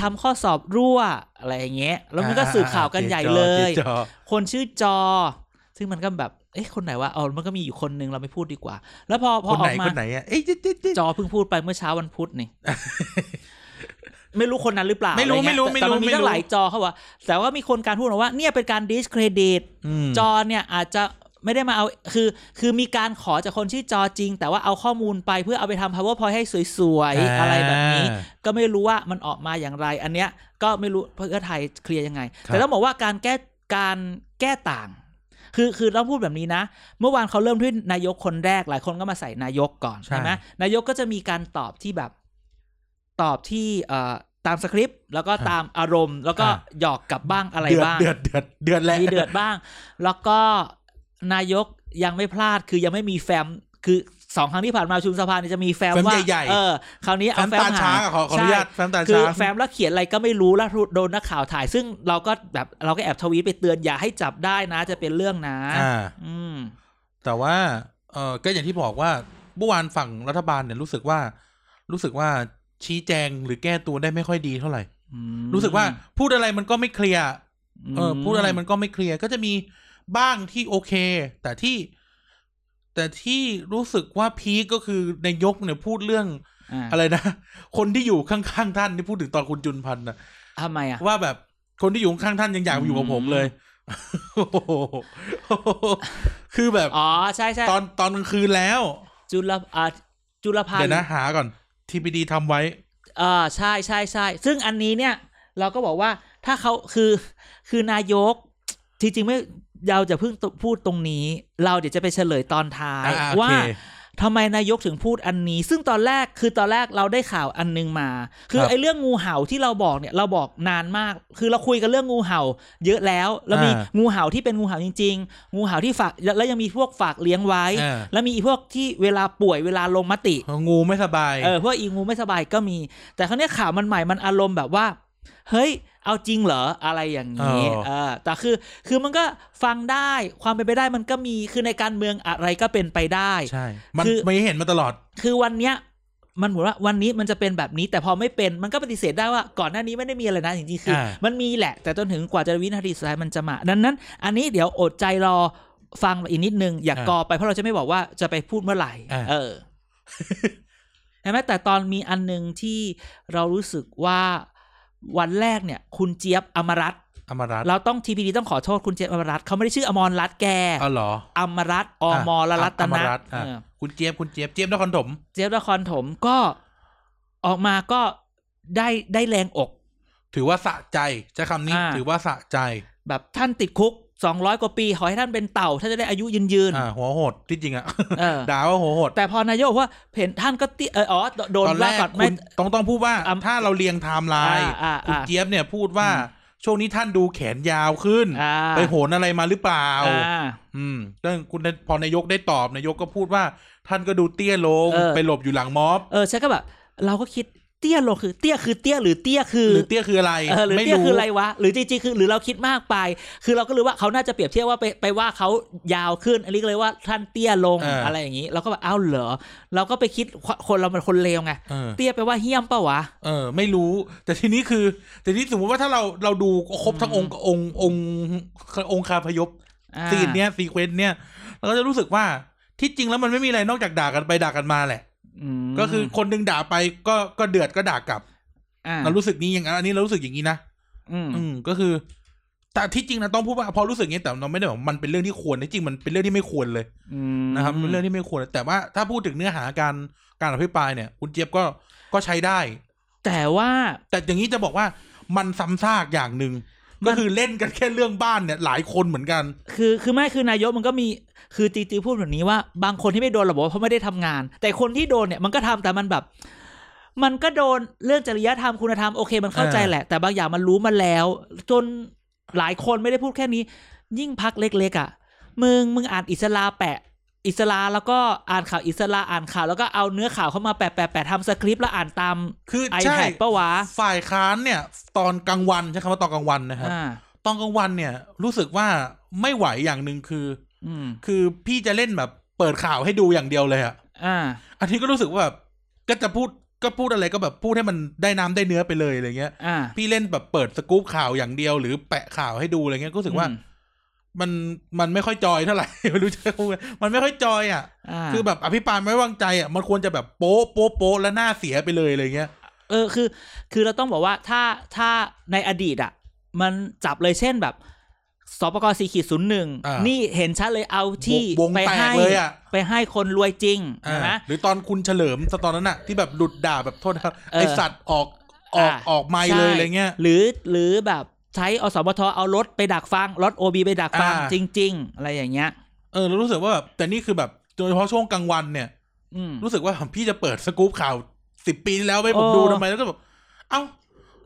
[SPEAKER 2] ทำข้อสอบรั่วอะไรอย่างเงี้ย แล้วมันก็สื่อข่าวกันใหญ่เลย คนชื่อจอ ซึ่งมันก็แบบ เอ๊ะคนไหนวะเอามันก็มีอยู่คนนึงเราไม่พูดดีกว่า แล้วพอพอ
[SPEAKER 1] คน
[SPEAKER 2] อ
[SPEAKER 1] ไห
[SPEAKER 2] อน กมา
[SPEAKER 1] คนไหนอ่ะเอ๊ะเจ๊เจ๊เจ๊
[SPEAKER 2] จอเพิ่งพูดไปเมื่อเช้าวันพุธ นี่ ไม่รู้คนนั้นหรือเปล่า
[SPEAKER 1] ไม่รู้
[SPEAKER 2] อะเงี้ย
[SPEAKER 1] ไม่รู้
[SPEAKER 2] แต่แต่น
[SPEAKER 1] ไม่รู้
[SPEAKER 2] มี
[SPEAKER 1] ไม่
[SPEAKER 2] ตั้
[SPEAKER 1] รู้
[SPEAKER 2] งหลายจอเขาว่า แต่ว่ามีคนการพูดมาว่าเนี่ยเป็นการดิสเครดิต
[SPEAKER 1] ม
[SPEAKER 2] จอเนี่ยอาจจะไม่ได้มาเอาคือ คือมีการขอจากคนชื่อจอจริง แต่ว่าเอาข้อมูลไปเพื่อเอาไปทำ powerpoint ให้สวยๆ อะไรแบบนี้
[SPEAKER 1] อ่า
[SPEAKER 2] ก็ไม่รู้ว่ามันออกมาอย่างไร อันเนี้ยก็ไม่รู้เพื่อไทยเคลียร์ยังไง
[SPEAKER 1] ครับ
[SPEAKER 2] แต่ต้องบอกว่าการแก้การแก้ต่าง คือคือต้องพูดแบบนี้นะ เมื่อวานเขาเริ่มที่นายกคนแรกหลายคนก็มาใส่นายกก่อนใช่ไหมนายกก็จะมีการตอบที่แบบตอบที่เอ่อตามสคริปต์แล้วก็ตามอารมณ์ แล้วก็หยอกกลับบ้างอะไร
[SPEAKER 1] เดือด
[SPEAKER 2] บ้าง
[SPEAKER 1] เดือดเดือดเดือดแหละ
[SPEAKER 2] มีเดือดบ้าง แล้วก็นายกยังไม่พลาดคือยังไม่มีแฟม คือสองครั้งที่ผ่านมาประชุมสภาเนี่ยจะมีแฟม
[SPEAKER 1] แฟ้ม
[SPEAKER 2] ว่า
[SPEAKER 1] ใหญ่
[SPEAKER 2] เออคราวนี้
[SPEAKER 1] ๆแฟ้
[SPEAKER 2] เอา
[SPEAKER 1] ม
[SPEAKER 2] แฟม
[SPEAKER 1] ตาช้าง
[SPEAKER 2] ห
[SPEAKER 1] อะขอขออนุญาตแฟ้มตา
[SPEAKER 2] ใช่คือ
[SPEAKER 1] ช้าง
[SPEAKER 2] แฟมแล้วเขียนอะไรก็ไม่รู้แล้วโดนนักข่าวถ่าย ซึ่งเราก็แบบเราก็แอบทวีตไปเตือนอย่าให้จับได้นะ จะเป็นเรื่องนะ
[SPEAKER 1] อ่า
[SPEAKER 2] อืม
[SPEAKER 1] แต่ว่า เออก็อย่างที่บอกว่าเมื่อวานฝั่งรัฐบาลเนี่ยรู้สึกว่า รู้สึกว่าชี้แจงหรือแก้ตัวได้ไม่ค่อยดีเท่าไหร่ รู้สึกว่าพูดอะไรมันก็ไม่เคลียร์ เออพูดอะไรมันก็ไม่เคลียร์ก็จะมีบ้างที่โอเค แต่ที่ แต่ที่รู้สึกว่าพีคก็คือนายกเนี่ยพูดเรื่อง อะไรนะ คนที่อยู่ข้างๆท่านที่พูดถึงตอนคุณจุนพันธ์นะ
[SPEAKER 2] ทำไมอ่ะ
[SPEAKER 1] ว่าแบบคนที่อยู่ข้างๆท่านยังอยากอยู่กับผมเลย โอ้โหคือแบบ
[SPEAKER 2] อ๋อ ใช่ใช่
[SPEAKER 1] ตอนตอนกลางคืนแล้ว
[SPEAKER 2] จุลอ่าจุลพัน
[SPEAKER 1] เดี๋ย
[SPEAKER 2] ธ์
[SPEAKER 1] วนะหาก่อนทีพีดีทำไว้
[SPEAKER 2] เอ่าใช่ใช่ใช่ซึ่งอันนี้เนี่ย เราก็บอกว่าถ้าเขาคือคือนายก จริงๆไม่เราจะเพิ่งพูดตรงนี้ เราเดี๋ยวจะไปเฉลยตอนท้าย
[SPEAKER 1] อ่าโอเค
[SPEAKER 2] ว่า ทำไมนายกถึงพูดอันนี้ ซึ่งตอนแรกคือตอนแรกเราได้ข่าวอันนึงมา คื
[SPEAKER 1] ค
[SPEAKER 2] อ
[SPEAKER 1] รับ
[SPEAKER 2] ไอ้เรื่องงูเห่าที่เราบอกเนี่ยเราบอกนานมาก คือเราคุยกันเรื่องงูเห่า เยอะแล้ว แล้วมี
[SPEAKER 1] อ่างู
[SPEAKER 2] งูเห่าที่เป็นงูเห่าจริง ๆ งูเห่าที่ฝากแล้วยังมีพวกฝากเลี้ยงไว้
[SPEAKER 1] อ่า
[SPEAKER 2] แล้วมีอีพวกที่เวลาป่วยเวลาลงมติ
[SPEAKER 1] งูไม่สบาย
[SPEAKER 2] เออพวกอีงูไม่สบายก็มี แต่ครั้งนี้ยข่าวมันใหม่มันอารมณ์แบบว่า เฮ้ย เอาจริงเหรออะไรอย่างนี้
[SPEAKER 1] เออ
[SPEAKER 2] เออแต่คือคือมันก็ฟังได้ความเป็นไปได้มันก็มีคือในการเมืองอะไรก็เป็นไปได้
[SPEAKER 1] ใช่ มัน
[SPEAKER 2] คือ
[SPEAKER 1] ไม่เห็นมาตลอด
[SPEAKER 2] คือวันเนี้ยมันเหมือนว่าวันนี้มันจะเป็นแบบนี้ แต่พอไม่เป็นมันก็ปฏิเสธได้ว่าก่อนหน้านี้ไม่ได้มีอะไรนะจริงๆคืออา มันมีแหละ แต่จนถึงกว่าจะวินาทีสุดท้ายมันจะมา ดังนั้น อันนี้เดี๋ยวอดใจรอฟังอีกนิดนึงอย่ากกอไปเพราะเราจะไม่บอกว่าจะไปพูดเมื่อไหร่
[SPEAKER 1] อ่า
[SPEAKER 2] เออ ใช่ไหมแต่ตอนมีอันหนึ่งที่เรารู้สึกว่าวันแรกเนี่ย คุณเจี๊ยบอมรัตน์
[SPEAKER 1] อมรัตน์
[SPEAKER 2] เราต้องทีพีดีต้องขอโทษคุณเจี๊ยบอมรัตน์เขาไม่ได้ชื่ออมรรัตน์แก
[SPEAKER 1] อ๋อเหรอ
[SPEAKER 2] อมรัตน์อมรรัต
[SPEAKER 1] อม
[SPEAKER 2] นะ
[SPEAKER 1] รัตน์อ่ะ
[SPEAKER 2] เออ
[SPEAKER 1] คุณเจี๊ยบคุณเจี๊ยบเจี๊ยบนครถม
[SPEAKER 2] เจฟนครถมก็ออกมาก็ได้ได้แรงอก
[SPEAKER 1] ถือว่าสะใจใช้คำนี้
[SPEAKER 2] อ่า
[SPEAKER 1] ถือว่าสะใจ
[SPEAKER 2] แบบท่านติดคุกสองร้อยกว่าปี ขอให้ท่านเป็นเต่าท่านจะได้อายุยืนยืน
[SPEAKER 1] อ่า หัวโหดที่จริ งอ่ะ
[SPEAKER 2] ๆเออ
[SPEAKER 1] ด่าว่าหัวโหด
[SPEAKER 2] แต่พอนายกบอกว่าเห็นท่านก็ติเอออ๋อโดน
[SPEAKER 1] ตอนแร
[SPEAKER 2] ว่าก ก่อน
[SPEAKER 1] คุ
[SPEAKER 2] ไม่
[SPEAKER 1] ณต้องต้องพูดว่า
[SPEAKER 2] อ่ะ
[SPEAKER 1] ถ้าเราเรียงไทม์ไล
[SPEAKER 2] อ่า
[SPEAKER 1] น์
[SPEAKER 2] อ่า
[SPEAKER 1] คุณ
[SPEAKER 2] อ่า
[SPEAKER 1] เจี๊ยบเนี่ยพูดว่า
[SPEAKER 2] อื
[SPEAKER 1] ช่วงนี้ท่านดูแขนยาวขึ้น
[SPEAKER 2] อ่า
[SPEAKER 1] ไปโหนอะไรมาหรือเปล่า
[SPEAKER 2] อ่า
[SPEAKER 1] อืมเรื่องคุณพอนายกได้ตอบนายกก็พูดว่า ท่านก็ดูเตี้ยลง
[SPEAKER 2] เออ
[SPEAKER 1] ไปหลบอยู่หลังม็อบ
[SPEAKER 2] เออใช่ก็แบบเราก็คิดเตี้ยลงคือเตี้ยคือเตี้ยหรือเตี้ยคือ
[SPEAKER 1] หรือเตี้ยคืออะไร
[SPEAKER 2] เออหรือ
[SPEAKER 1] ไม่
[SPEAKER 2] เตี้ย
[SPEAKER 1] รู้
[SPEAKER 2] คืออะไรวะหรือจริงๆคือหรือเราคิดมากไป คือเราก็รู้ว่าเขาน่าจะเปรียบเทียบว่าไปไปว่าเขายาวขึ้น อันนี้ก็เลยว่าท่านเตี้ยลงอะไรอย่างนี้เราก็แบบอ้าวเหรอเราก็ไปคิดคนเรามันคนเลวไง
[SPEAKER 1] เออ
[SPEAKER 2] เตี้ยแปลว่าเฮี้ยมเปล่าวะ
[SPEAKER 1] เออ ไม่รู้ แต่ทีนี้คือ แต่ที่สมมติว่าถ้าเราเราดูครบทั้งองค์องค์องค์องค์คาพยพ
[SPEAKER 2] อ่า
[SPEAKER 1] ซีนเนี้ยซีเควนต์เนี้ยเราก็จะรู้สึกว่าที่จริงแล้วมันไม่มีอะไรนอกจากด่ากันไปด่ากันมาแหละ
[SPEAKER 2] อืม
[SPEAKER 1] ก็คือคนหนึ่งด่าไปก็ก็เดือดก็ด่ากลับ
[SPEAKER 2] อ่า
[SPEAKER 1] เรารู้สึกนี้อย่างนั้นอันนี้เรารู้สึกอย่างนี้นะ
[SPEAKER 2] อืม
[SPEAKER 1] อืมก็คือ แต่ที่จริงนะต้องพูดว่าพอรู้สึกอย่างนี้แต่เราไม่ได้บอกมันเป็นเรื่องที่ควรนะจริงมันเป็นเรื่องที่ไม่ควรเลย
[SPEAKER 2] อืม
[SPEAKER 1] นะครับเป็นเรื่องที่ไม่ควรแต่ว่าถ้าพูดถึงเนื้อหาการการอภิปรายเนี่ย คุณเจี๊ยบก็ก็ใช้ได้
[SPEAKER 2] แต่ว่า
[SPEAKER 1] แต่อย่างนี้จะบอกว่ามันซ้ำซากอย่างหนึ่ง
[SPEAKER 2] มัน
[SPEAKER 1] ก็คือเล่นกันแค่เรื่องบ้านเนี่ย หลายคนเหมือนกัน
[SPEAKER 2] คือคือไม่คือนายกมันก็มีคือจริงๆพูดแบบนี้ว่า บางคนที่ไม่โดนเราบอกว่าเพราะไม่ได้ทำงาน แต่คนที่โดนเนี่ยมันก็ทำแต่มันแบบ มันก็โดนเรื่องจริยธรรมคุณธรรมโอเคมันเข้าใจ
[SPEAKER 1] อ่า
[SPEAKER 2] แหละ แต่บางอย่างมันรู้มาแล้ว จนหลายคนไม่ได้พูดแค่นี้ ยิ่งพักเล็กๆอ่ะมึงมึงอ่านอิสลาแปะ อิสลาแล้วก็อ่านข่าวอิสลาอ่านข่าวแล้วก็เอาเนื้อข่าวเข้ามาแปะแปะแปะทำสคริปต์แล้วอ่านตาม
[SPEAKER 1] คือ
[SPEAKER 2] ไอ
[SPEAKER 1] ใช่
[SPEAKER 2] แพดปะวะ
[SPEAKER 1] ฝ่ายค้านเนี่ย ตอนกลางวันใช้คำว่าตอนกลางวันนะครับ
[SPEAKER 2] อ่า
[SPEAKER 1] ตอนกลางวันเนี่ย รู้สึกว่าไม่ไหวอย่างหนึ่งคือ
[SPEAKER 2] อืม
[SPEAKER 1] คือพี่จะเล่นแบบเปิดข่าวให้ดูอย่างเดียวเลยอะ
[SPEAKER 2] อ่า
[SPEAKER 1] อันนี้ก็รู้สึกว่าแบบก็จะพูดก็พูดอะไรก็แบบพูดให้มันได้น้ำได้เนื้อไปเลยอะไรเงี้ย
[SPEAKER 2] อ่า
[SPEAKER 1] พี่เล่นแบบเปิดสกู๊ปข่าวอย่างเดียวหรือแปะข่าวให้ดูอะไรเงี้ยก็รู้สึกว่า
[SPEAKER 2] อืม
[SPEAKER 1] มันมันไม่ค่อยจอยเท่าไหร่ ไม่รู้จะพูดไงมันไม่ค่อยจอยอ่ะ
[SPEAKER 2] อ่า
[SPEAKER 1] คือแบบอภิปรายไม่ไว้วางใจอ่ะมันควรจะแบบโป๊ะโป๊ะโป๊ะและหน้าเสียไปเลยอะไรเงี้ย
[SPEAKER 2] เออคือ คือเราต้องบอกว่าถ้าถ้าในอดีตอ่ะ มันจับเลยเช่นแบบสปกสี่ขีดศูนย์หนึ่ง
[SPEAKER 1] อ่านี่
[SPEAKER 2] นี่เห็นชัดเลยเอาที่
[SPEAKER 1] วง
[SPEAKER 2] ไป
[SPEAKER 1] แตก
[SPEAKER 2] ให้
[SPEAKER 1] เลยอะ
[SPEAKER 2] ไปให้คนรวยจริง
[SPEAKER 1] อ่า
[SPEAKER 2] ใช่ไหม
[SPEAKER 1] หรือตอนคุณเฉลิมตอนนั้นอ่ะ ที่แบบหลุดด่าแบบโทษนะครับ
[SPEAKER 2] เออ
[SPEAKER 1] ไอสัตว์ออกออก
[SPEAKER 2] อ่า
[SPEAKER 1] ออกไม่เลย
[SPEAKER 2] ใช่
[SPEAKER 1] อะไรเงี้ย
[SPEAKER 2] หรือหรือแบบใช้อสมทเอารถไปดักฟังรถโอบีไปดักฟัง
[SPEAKER 1] อ่า
[SPEAKER 2] จริง ๆ อะไรอย่างเงี้ย
[SPEAKER 1] เออเรารู้สึกว่าแบบแต่นี่คือแบบโดยเฉพาะช่วงกลางวันเนี่ย
[SPEAKER 2] อืม
[SPEAKER 1] รู้สึกว่าพี่จะเปิดสกู๊ปข่าวสิบปีที่แล้วไปผม
[SPEAKER 2] โอ้
[SPEAKER 1] ดูทำไมแล้วก็แบบเอ้า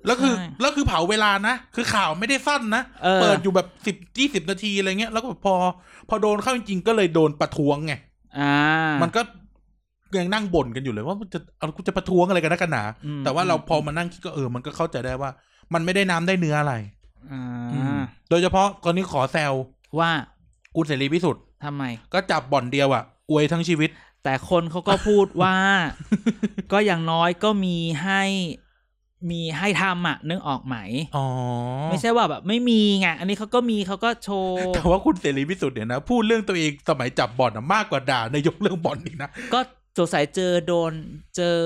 [SPEAKER 1] แล้วคือ
[SPEAKER 2] ใช่
[SPEAKER 1] แล้วคือเผาเวลานะ คือข่าวไม่ได้สั้นนะ
[SPEAKER 2] เออ
[SPEAKER 1] ดอยู่แบบสิบยี่สิบนาทีอะไรเงี้ยแล้วก็แบบพอ พอโดนเข้าจริงๆก็เลยโดนประท้วงไง
[SPEAKER 2] อ่า
[SPEAKER 1] มันก็ยังนั่งบ่นกันอยู่เลยว่ามันจะเอากูจะประท้วงอะไรกันนักกันหนา
[SPEAKER 2] อืม
[SPEAKER 1] แต่ว่าเราพอมานั่งคิดก็เออมันก็เข้าใจได้ว่า มันไม่ได้น้ำได้เนื้ออะไร
[SPEAKER 2] อ่
[SPEAKER 1] อืมา โดยเฉพาะตอนนี้ขอแซว
[SPEAKER 2] ว่า
[SPEAKER 1] คุณเสรีพิสุทธิ์
[SPEAKER 2] ทำไม
[SPEAKER 1] ก็จับบ่อนเดียวอะอวยทั้งชีวิต
[SPEAKER 2] แต่คนเขาก็พูดว่า ก็อย่างน้อยก็มีให้มีให้ทำอ่ะนึกออกไหม
[SPEAKER 1] อ๋อ
[SPEAKER 2] ไม่ใช่ว่าแบบไม่มีไงอันนี้เขาก็มีเขาก็โช ว์
[SPEAKER 1] แต่ว่าคุณเสรีพิสุทธิ์เนี่ยนะ พูดเรื่องตัวเองสมัยจับบ่อนน่ะมากกว่าด่านายกเรื่องบ่อนอีกนะ
[SPEAKER 2] ก็สงสัยเจอโดนเจอ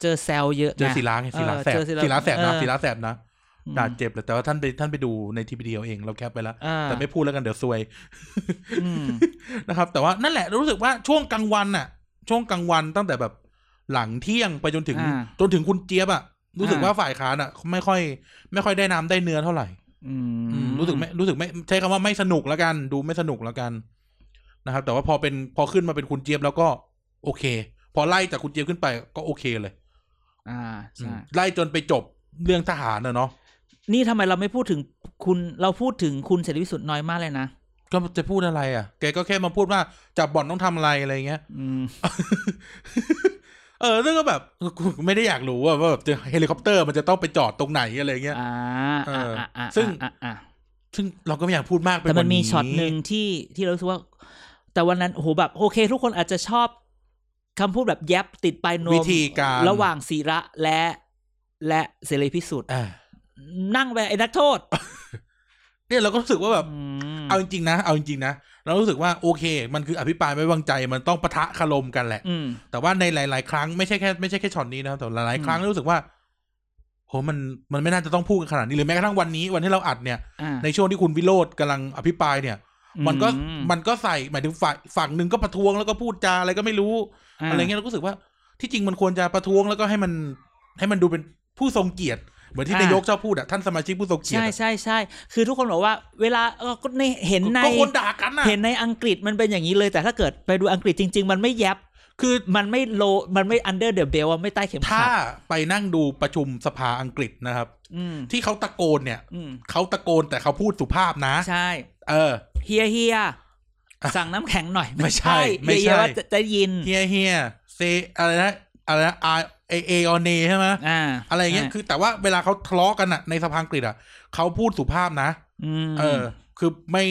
[SPEAKER 2] เจอแซลเยอะ
[SPEAKER 1] เจอศิ
[SPEAKER 2] ไง
[SPEAKER 1] ลาไงศิลาแสบ
[SPEAKER 2] เออเจอศิ
[SPEAKER 1] ศิลา
[SPEAKER 2] ลา
[SPEAKER 1] แสบนะ
[SPEAKER 2] เออ
[SPEAKER 1] ศิลาแสบนะ
[SPEAKER 2] อืม
[SPEAKER 1] ด่าเจ็บเลยแต่ว่าท่านไปท่านไปดูในทีพีดีเอาเองเราแคปไปแล้ว
[SPEAKER 2] อ่า
[SPEAKER 1] แต่ไม่พูดแล้วกันเดี๋ยวซวย
[SPEAKER 2] อืม
[SPEAKER 1] นะครับ แต่ว่านั่นแหละรู้สึกว่าช่วงกลางวันน่ะ ช่วงกลางวันตั้งแต่แบบหลังเที่ยงไปจนถึง
[SPEAKER 2] อ่า
[SPEAKER 1] จนถึงคุณเจี๊ยบอะรู้สึก
[SPEAKER 2] อ่า
[SPEAKER 1] ว่าฝ่ายค้านอะไม่ค่อย ไม่ค่อยได้น้ำได้เนื้อเท่าไหร่
[SPEAKER 2] อื
[SPEAKER 1] อืม
[SPEAKER 2] ม
[SPEAKER 1] รู้สึกไม่รู้สึกไม่ใช้คำว่าไม่สนุกแล้วกัน ดูไม่สนุกแล้วกันนะครับ แต่ว่าพอเป็นพอขึ้นมาเป็นคุณเจี๊ยบแล้วก็ โอเค พอไล่จากคุณเจี๊ยบขึ้นไปก็โอเคเลย
[SPEAKER 2] อ่า
[SPEAKER 1] อื
[SPEAKER 2] ใช่
[SPEAKER 1] มไล่จนไปจบเรื่องทหารนะเนาะ
[SPEAKER 2] นี่ทำไมเราไม่พูดถึงคุณเราพูดถึงคุณเสรีพิสุทธิ์น้อยมากเลยนะ
[SPEAKER 1] ก็จะพูดอะไรอ่ะ แกก็แค่มาพูดว่าจับบ่อนต้องทำอะไรอะไรเงี้ย
[SPEAKER 2] อืม
[SPEAKER 1] เออเรื่องก็แบบกูไม่ได้อยากรู้ว่าว่าแบบเฮลิคอปเตอร์มันจะต้องไปจอดตรงไหนอะไรเงี้ย
[SPEAKER 2] อ่า
[SPEAKER 1] เอออ่
[SPEAKER 2] าอ่า
[SPEAKER 1] ซึ่ง
[SPEAKER 2] อ่าอ่า
[SPEAKER 1] ซึ่งเราก็ไม่อยากพูดมากไป
[SPEAKER 2] แต่
[SPEAKER 1] ก
[SPEAKER 2] มัน
[SPEAKER 1] ว่า
[SPEAKER 2] มี
[SPEAKER 1] นี้
[SPEAKER 2] ช็อตหนึ่งที่ที่เรารู้สึกว่า แต่วันนั้นโอ้โหแบบโอเค ทุกคนอาจจะชอบคำพูดแบบแยบติดปลายนวม
[SPEAKER 1] วิธีการ
[SPEAKER 2] ระหว่างศิระและและเสรีพิสุทธิ์
[SPEAKER 1] อ่า
[SPEAKER 2] นั่งไปไอ้นักโทษ
[SPEAKER 1] เนี่ยเราก็รู้สึกว่าแบบ
[SPEAKER 2] อืม
[SPEAKER 1] เอาจริงๆนะ เอาจริงๆนะ เรารู้สึกว่าโอเค มันคืออภิปรายไม่วางใจ มันต้องปะทะคารมกันแหละ
[SPEAKER 2] อืม
[SPEAKER 1] แต่ว่าในหลาย ๆ ครั้งไม่ใช่แค่ไม่ใช่แค่ช็อตนี้นะครับ แต่หลาย
[SPEAKER 2] อืม
[SPEAKER 1] ๆครั้งรู้สึกว่าโหมันมันไม่น่าจะต้องพูดกันขนาดนี้หรือแม้กระทั่งวันนี้วันที่เราอัดเนี่ย
[SPEAKER 2] อ่า
[SPEAKER 1] ในช่วงที่คุณวิโรธกำลังอภิปรายเนี่ย มันก็มันก็ใส่หมายถึงฝ่ายฝั่งหนึ่งก็ประท้วงแล้วก็พูดจาอะไรก็ไม่รู้ อะไรเงี้ยเราก็รู้สึกว่าที่จริงมันควรจะประท้วงแล้วก็ให้มันให้มันดูเป็นผู้ทรงเกียรติเหมือนที่นายกชอบพูดอะท่านสมาชิกผู้ทรงเกียร
[SPEAKER 2] ใช่
[SPEAKER 1] ติอะ
[SPEAKER 2] ใช่ใช่คือทุกคนบอกว่า เวลาเออก็ในเห็นใน
[SPEAKER 1] ก็คนด่ากันอะ
[SPEAKER 2] เห็นในอังกฤษมันเป็นอย่างนี้เลย แต่ถ้าเกิดไปดูอังกฤษจริง ๆ มันไม่แยบ
[SPEAKER 1] คือ
[SPEAKER 2] มันไม่โลมันไม่ under the belt อะไม่ใต้เข็มขั
[SPEAKER 1] ถ้า
[SPEAKER 2] ด
[SPEAKER 1] ไปนั่งดูประชุมสภาอังกฤษนะครับ
[SPEAKER 2] อืม
[SPEAKER 1] ที่เขาตะโกนเนี่ย
[SPEAKER 2] อืม
[SPEAKER 1] เขาตะโกนแต่เขาพูดสุภาพนะ
[SPEAKER 2] ใช่
[SPEAKER 1] เออ
[SPEAKER 2] เฮียเฮียสั่งน้ำแข็งหน่อย
[SPEAKER 1] ไม่ใช่ไม่ใช่
[SPEAKER 2] เฮียว่าจะจะยิน
[SPEAKER 1] เฮียเฮียเซอะไรนะอะไรนะอาเอเออเนใช่ไหม
[SPEAKER 2] อ่า
[SPEAKER 1] อะไรอย่างเงี้ยคือแต่ว่าเวลาเขาทะเลาะกันอะในสภาอังกฤษอะเขาพูดสุภาพนะ
[SPEAKER 2] ม
[SPEAKER 1] เออ คือไม่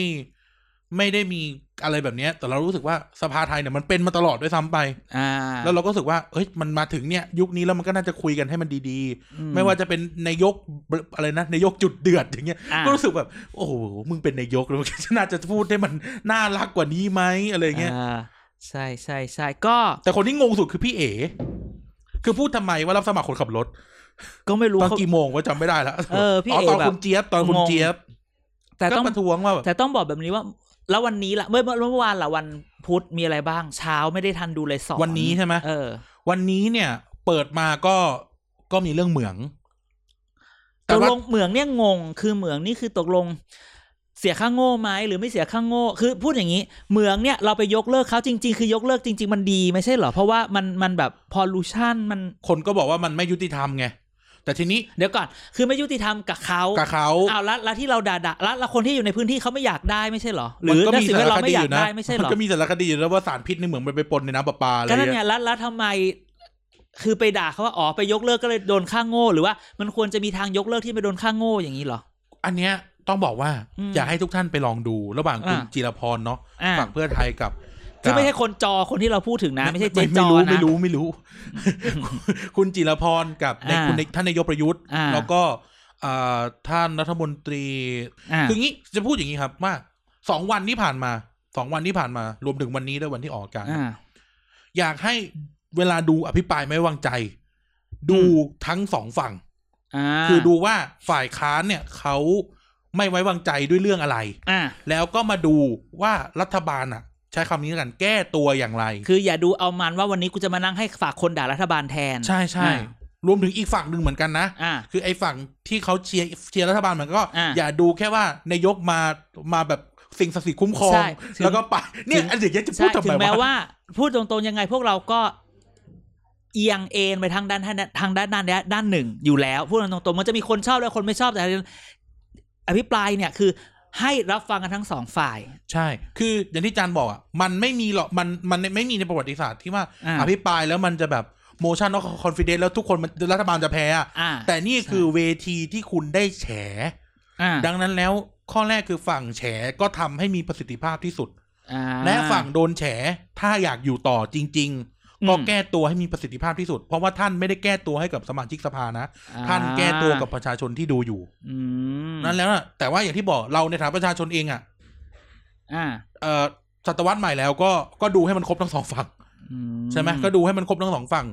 [SPEAKER 1] ไม่ได้มีอะไรแบบเนี้ย แต่เรารู้สึกว่าสภาไทยเนี่ยมันเป็นมาตลอดด้วยซ้ำไป
[SPEAKER 2] อ่า
[SPEAKER 1] แล้วเราก็รู้สึกว่าเฮ้ยมันมาถึงเนี่ยยุคนี้แล้วมันก็น่าจะคุยกันให้มันดี
[SPEAKER 2] อื
[SPEAKER 1] ๆ ไม่ว่าจะเป็นนายกอะไรนะนายกจุดเดือดอย่างเงี้ย
[SPEAKER 2] อ่า
[SPEAKER 1] ก็รู้สึกแบบ โอ้โห มึงเป็นนาย กแล้วมึง น่าจะพูดให้มันน่ารักกว่านี้ไหมอะไรเงี้ย
[SPEAKER 2] อ่าใช่ใช่ใช่ก็
[SPEAKER 1] แต่คนที่งงสุดคือพี่เอ๋ คือพูดทำไมว่ารับสมัครคนขับรถ
[SPEAKER 2] ก็ไม่รู้
[SPEAKER 1] ตอน
[SPEAKER 2] เขา
[SPEAKER 1] กี่โมงว่าจำไม่ได้ละ
[SPEAKER 2] เออพี่เอ๋
[SPEAKER 1] ตอน
[SPEAKER 2] แบบ
[SPEAKER 1] คุณเจี๊ยบตอนคุณ
[SPEAKER 2] งง
[SPEAKER 1] เจี๊ยบ
[SPEAKER 2] แต่
[SPEAKER 1] ก็
[SPEAKER 2] ต้อง
[SPEAKER 1] ประท้วงว่าแบบ
[SPEAKER 2] แต่ต้องบอกแบบนี้ว่า แล้ววันนี้ล่ะเมื่อเมื่อเมื่อวานล่ะวันพุธมีอะไรบ้าง เช้าไม่ได้ทันดูเลยสอง
[SPEAKER 1] วันนี้ใช่ไหม
[SPEAKER 2] เออ
[SPEAKER 1] วันนี้เนี่ย เปิดมาก็ก็มีเรื่องเหมือง
[SPEAKER 2] ต
[SPEAKER 1] แต่
[SPEAKER 2] ก
[SPEAKER 1] ว่า
[SPEAKER 2] ลงเหมืองเนี่ยงง คือเหมืองนี่คือตกลง เสียค่าโง่ไหมหรือไม่เสียค่าโง่ คือพูดอย่างนี้เหมืองเนี่ยเราไปยกเลิกเขาจริง ๆ คือยกเลิกจริง ๆ มันดีไม่ใช่เหรอ เพราะว่ามันมันแบบพอลูชันมัน
[SPEAKER 1] คนก็บอกว่ามันไม่ยุติธรรมไง แต่ทีนี้
[SPEAKER 2] เดี๋ยวก่อน คือไม่ยุติธรรมกับเขา
[SPEAKER 1] กับเขา
[SPEAKER 2] อ้าวแล้วแล้วที่เราด่าด่าแล้วแล้วคนที่อยู่ในพื้นที่เขาไม่อยากได้ไม่ใช่เหรอ หรื
[SPEAKER 1] มั
[SPEAKER 2] อน
[SPEAKER 1] ก็
[SPEAKER 2] นัก
[SPEAKER 1] มี
[SPEAKER 2] สิ่ง
[SPEAKER 1] สา
[SPEAKER 2] แวด
[SPEAKER 1] ร
[SPEAKER 2] ล้อม
[SPEAKER 1] ค
[SPEAKER 2] ไม่
[SPEAKER 1] ดี
[SPEAKER 2] อยา
[SPEAKER 1] อก ยู่นะ
[SPEAKER 2] ได้ไม่ใช่เหรอ
[SPEAKER 1] ก็มีสารคดีอยู่แล้วว่าสารพิษในเหมืองมันไปปนในน้ำประปาอะไร
[SPEAKER 2] ก็นั่น
[SPEAKER 1] เงี้ย
[SPEAKER 2] เนี่ยแล้วแล้วทำไม คือไปด่าเขาว่าอ๋อไปยกเลิกก็เลยโดนค่าโง่หรือว่ามันควรจะมีทางยกเลิกที่ไม่โดนค่าโง่อย่างนี้เหรอ
[SPEAKER 1] อันเนี้ยต้องบอกว่า
[SPEAKER 2] อืม
[SPEAKER 1] อยากให้ทุกท่านไปลองดูระหว่างคุณ
[SPEAKER 2] อ่า
[SPEAKER 1] จิรพรเนาะ
[SPEAKER 2] อ่า
[SPEAKER 1] ฝั่งเพื่อไทยกับ
[SPEAKER 2] ซึ่งไม่ใช่คนจอคนที่เราพูดถึงนะ ไม่ใช่เจ๊จอนะ
[SPEAKER 1] ไม่รู้ไม่รู้ไม่ รู้ คุณจิรพรกับใน
[SPEAKER 2] อ่า
[SPEAKER 1] คุณในท่านนายกประยุทธ์
[SPEAKER 2] อ่า
[SPEAKER 1] แล้วก็อ่าท่านรัฐมนตรี
[SPEAKER 2] อ่า
[SPEAKER 1] คืองี้จะพูดอย่างนี้ครับว่าสองวันที่ผ่านมาสองวันที่ผ่านมารวมถึงวันนี้ด้วยวันที่ออกอาการ
[SPEAKER 2] อ่า
[SPEAKER 1] อยากให้เวลาดูอภิปรายไม่วางใจ ดู
[SPEAKER 2] อื
[SPEAKER 1] ทั้งสองฝั่ง
[SPEAKER 2] อ่า
[SPEAKER 1] คือดูว่าฝ่ายค้านเนี่ยเขาไม่ไว้วางใจด้วยเรื่องอะไร
[SPEAKER 2] อ่า
[SPEAKER 1] แล้วก็มาดูว่ารัฐบาลอ่ะ ใช้คำนี้แล้วกันแก้ตัวอย่างไร
[SPEAKER 2] คืออย่าดูเอามันว่าวันนี้กูจะมานั่งให้ฝากคนด่ารัฐบาลแทน
[SPEAKER 1] ใช่ใช่
[SPEAKER 2] อ่า
[SPEAKER 1] รวมถึงอีกฝั่งหนึ่งเหมือนกันนะ
[SPEAKER 2] อ่า
[SPEAKER 1] คือไอ้ฝั่งที่เขาเชียร์เชียร์รัฐบาลมันก็
[SPEAKER 2] อ่ะ
[SPEAKER 1] อย่าดูแค่ว่านายกมามาแบบสิ่งศักดิ์สิทธิ์คุ้มครอง
[SPEAKER 2] ใช่ถึง
[SPEAKER 1] แล้วก็ไปเนี่ย
[SPEAKER 2] ถึง
[SPEAKER 1] อันเดียวจะพู
[SPEAKER 2] ใช่
[SPEAKER 1] ดทำ
[SPEAKER 2] ถึง
[SPEAKER 1] ไม
[SPEAKER 2] แม้
[SPEAKER 1] วะ
[SPEAKER 2] ว่าพูดตรงๆยังไงพวกเราก็ เอียงเอ็นไปทางด้านทางด้านด้านด้านด้านหนึ่งอยู่แล้วพูดตรงๆมันจะมีคนชอบและคนไม่ชอบแต่อภิปรายเนี่ยคือให้รับฟังกันทั้งสองฝ่าย
[SPEAKER 1] ใช่ คืออย่างที่จานบอกอ่ะมันไม่มีหรอกมันมันไม่มีในประวัติศาสตร์ที่ว่า
[SPEAKER 2] อ่ะ
[SPEAKER 1] อภิปรายแล้วมันจะแบบโมชั่น of confidence แล้วทุกคนมันรัฐบาลจะแพ้อะ
[SPEAKER 2] อ่า
[SPEAKER 1] แต่นี่คือเวทีที่คุณได้แฉ
[SPEAKER 2] อ่า
[SPEAKER 1] ดังนั้นแล้วข้อแรกคือฝั่งแฉก็ทำให้มีประสิทธิภาพที่สุด
[SPEAKER 2] อ่า
[SPEAKER 1] และฝั่งโดนแฉ ถ้าอยากอยู่ต่อจริงๆ
[SPEAKER 2] อืม
[SPEAKER 1] ก็แก้ตัวให้มีประสิทธิภาพที่สุด เพราะว่าท่านไม่ได้แก้ตัวให้กับสมาชิกสภานะ
[SPEAKER 2] อ่
[SPEAKER 1] ท่านแก้ตัวกับประชาชนที่ดูอยู่
[SPEAKER 2] อืม
[SPEAKER 1] นั่นแล้วนะแต่ว่าอย่างที่บอกเราในฐานะประชาชนเองอ่ะ
[SPEAKER 2] อ่า
[SPEAKER 1] เอ่อศตวรรษใหม่แล้วก็ก็ดูให้มันครบทั้งสองฝั่ง
[SPEAKER 2] อื
[SPEAKER 1] ใช่ไหมก็ดูให้มันครบทั้งสองฝั่ง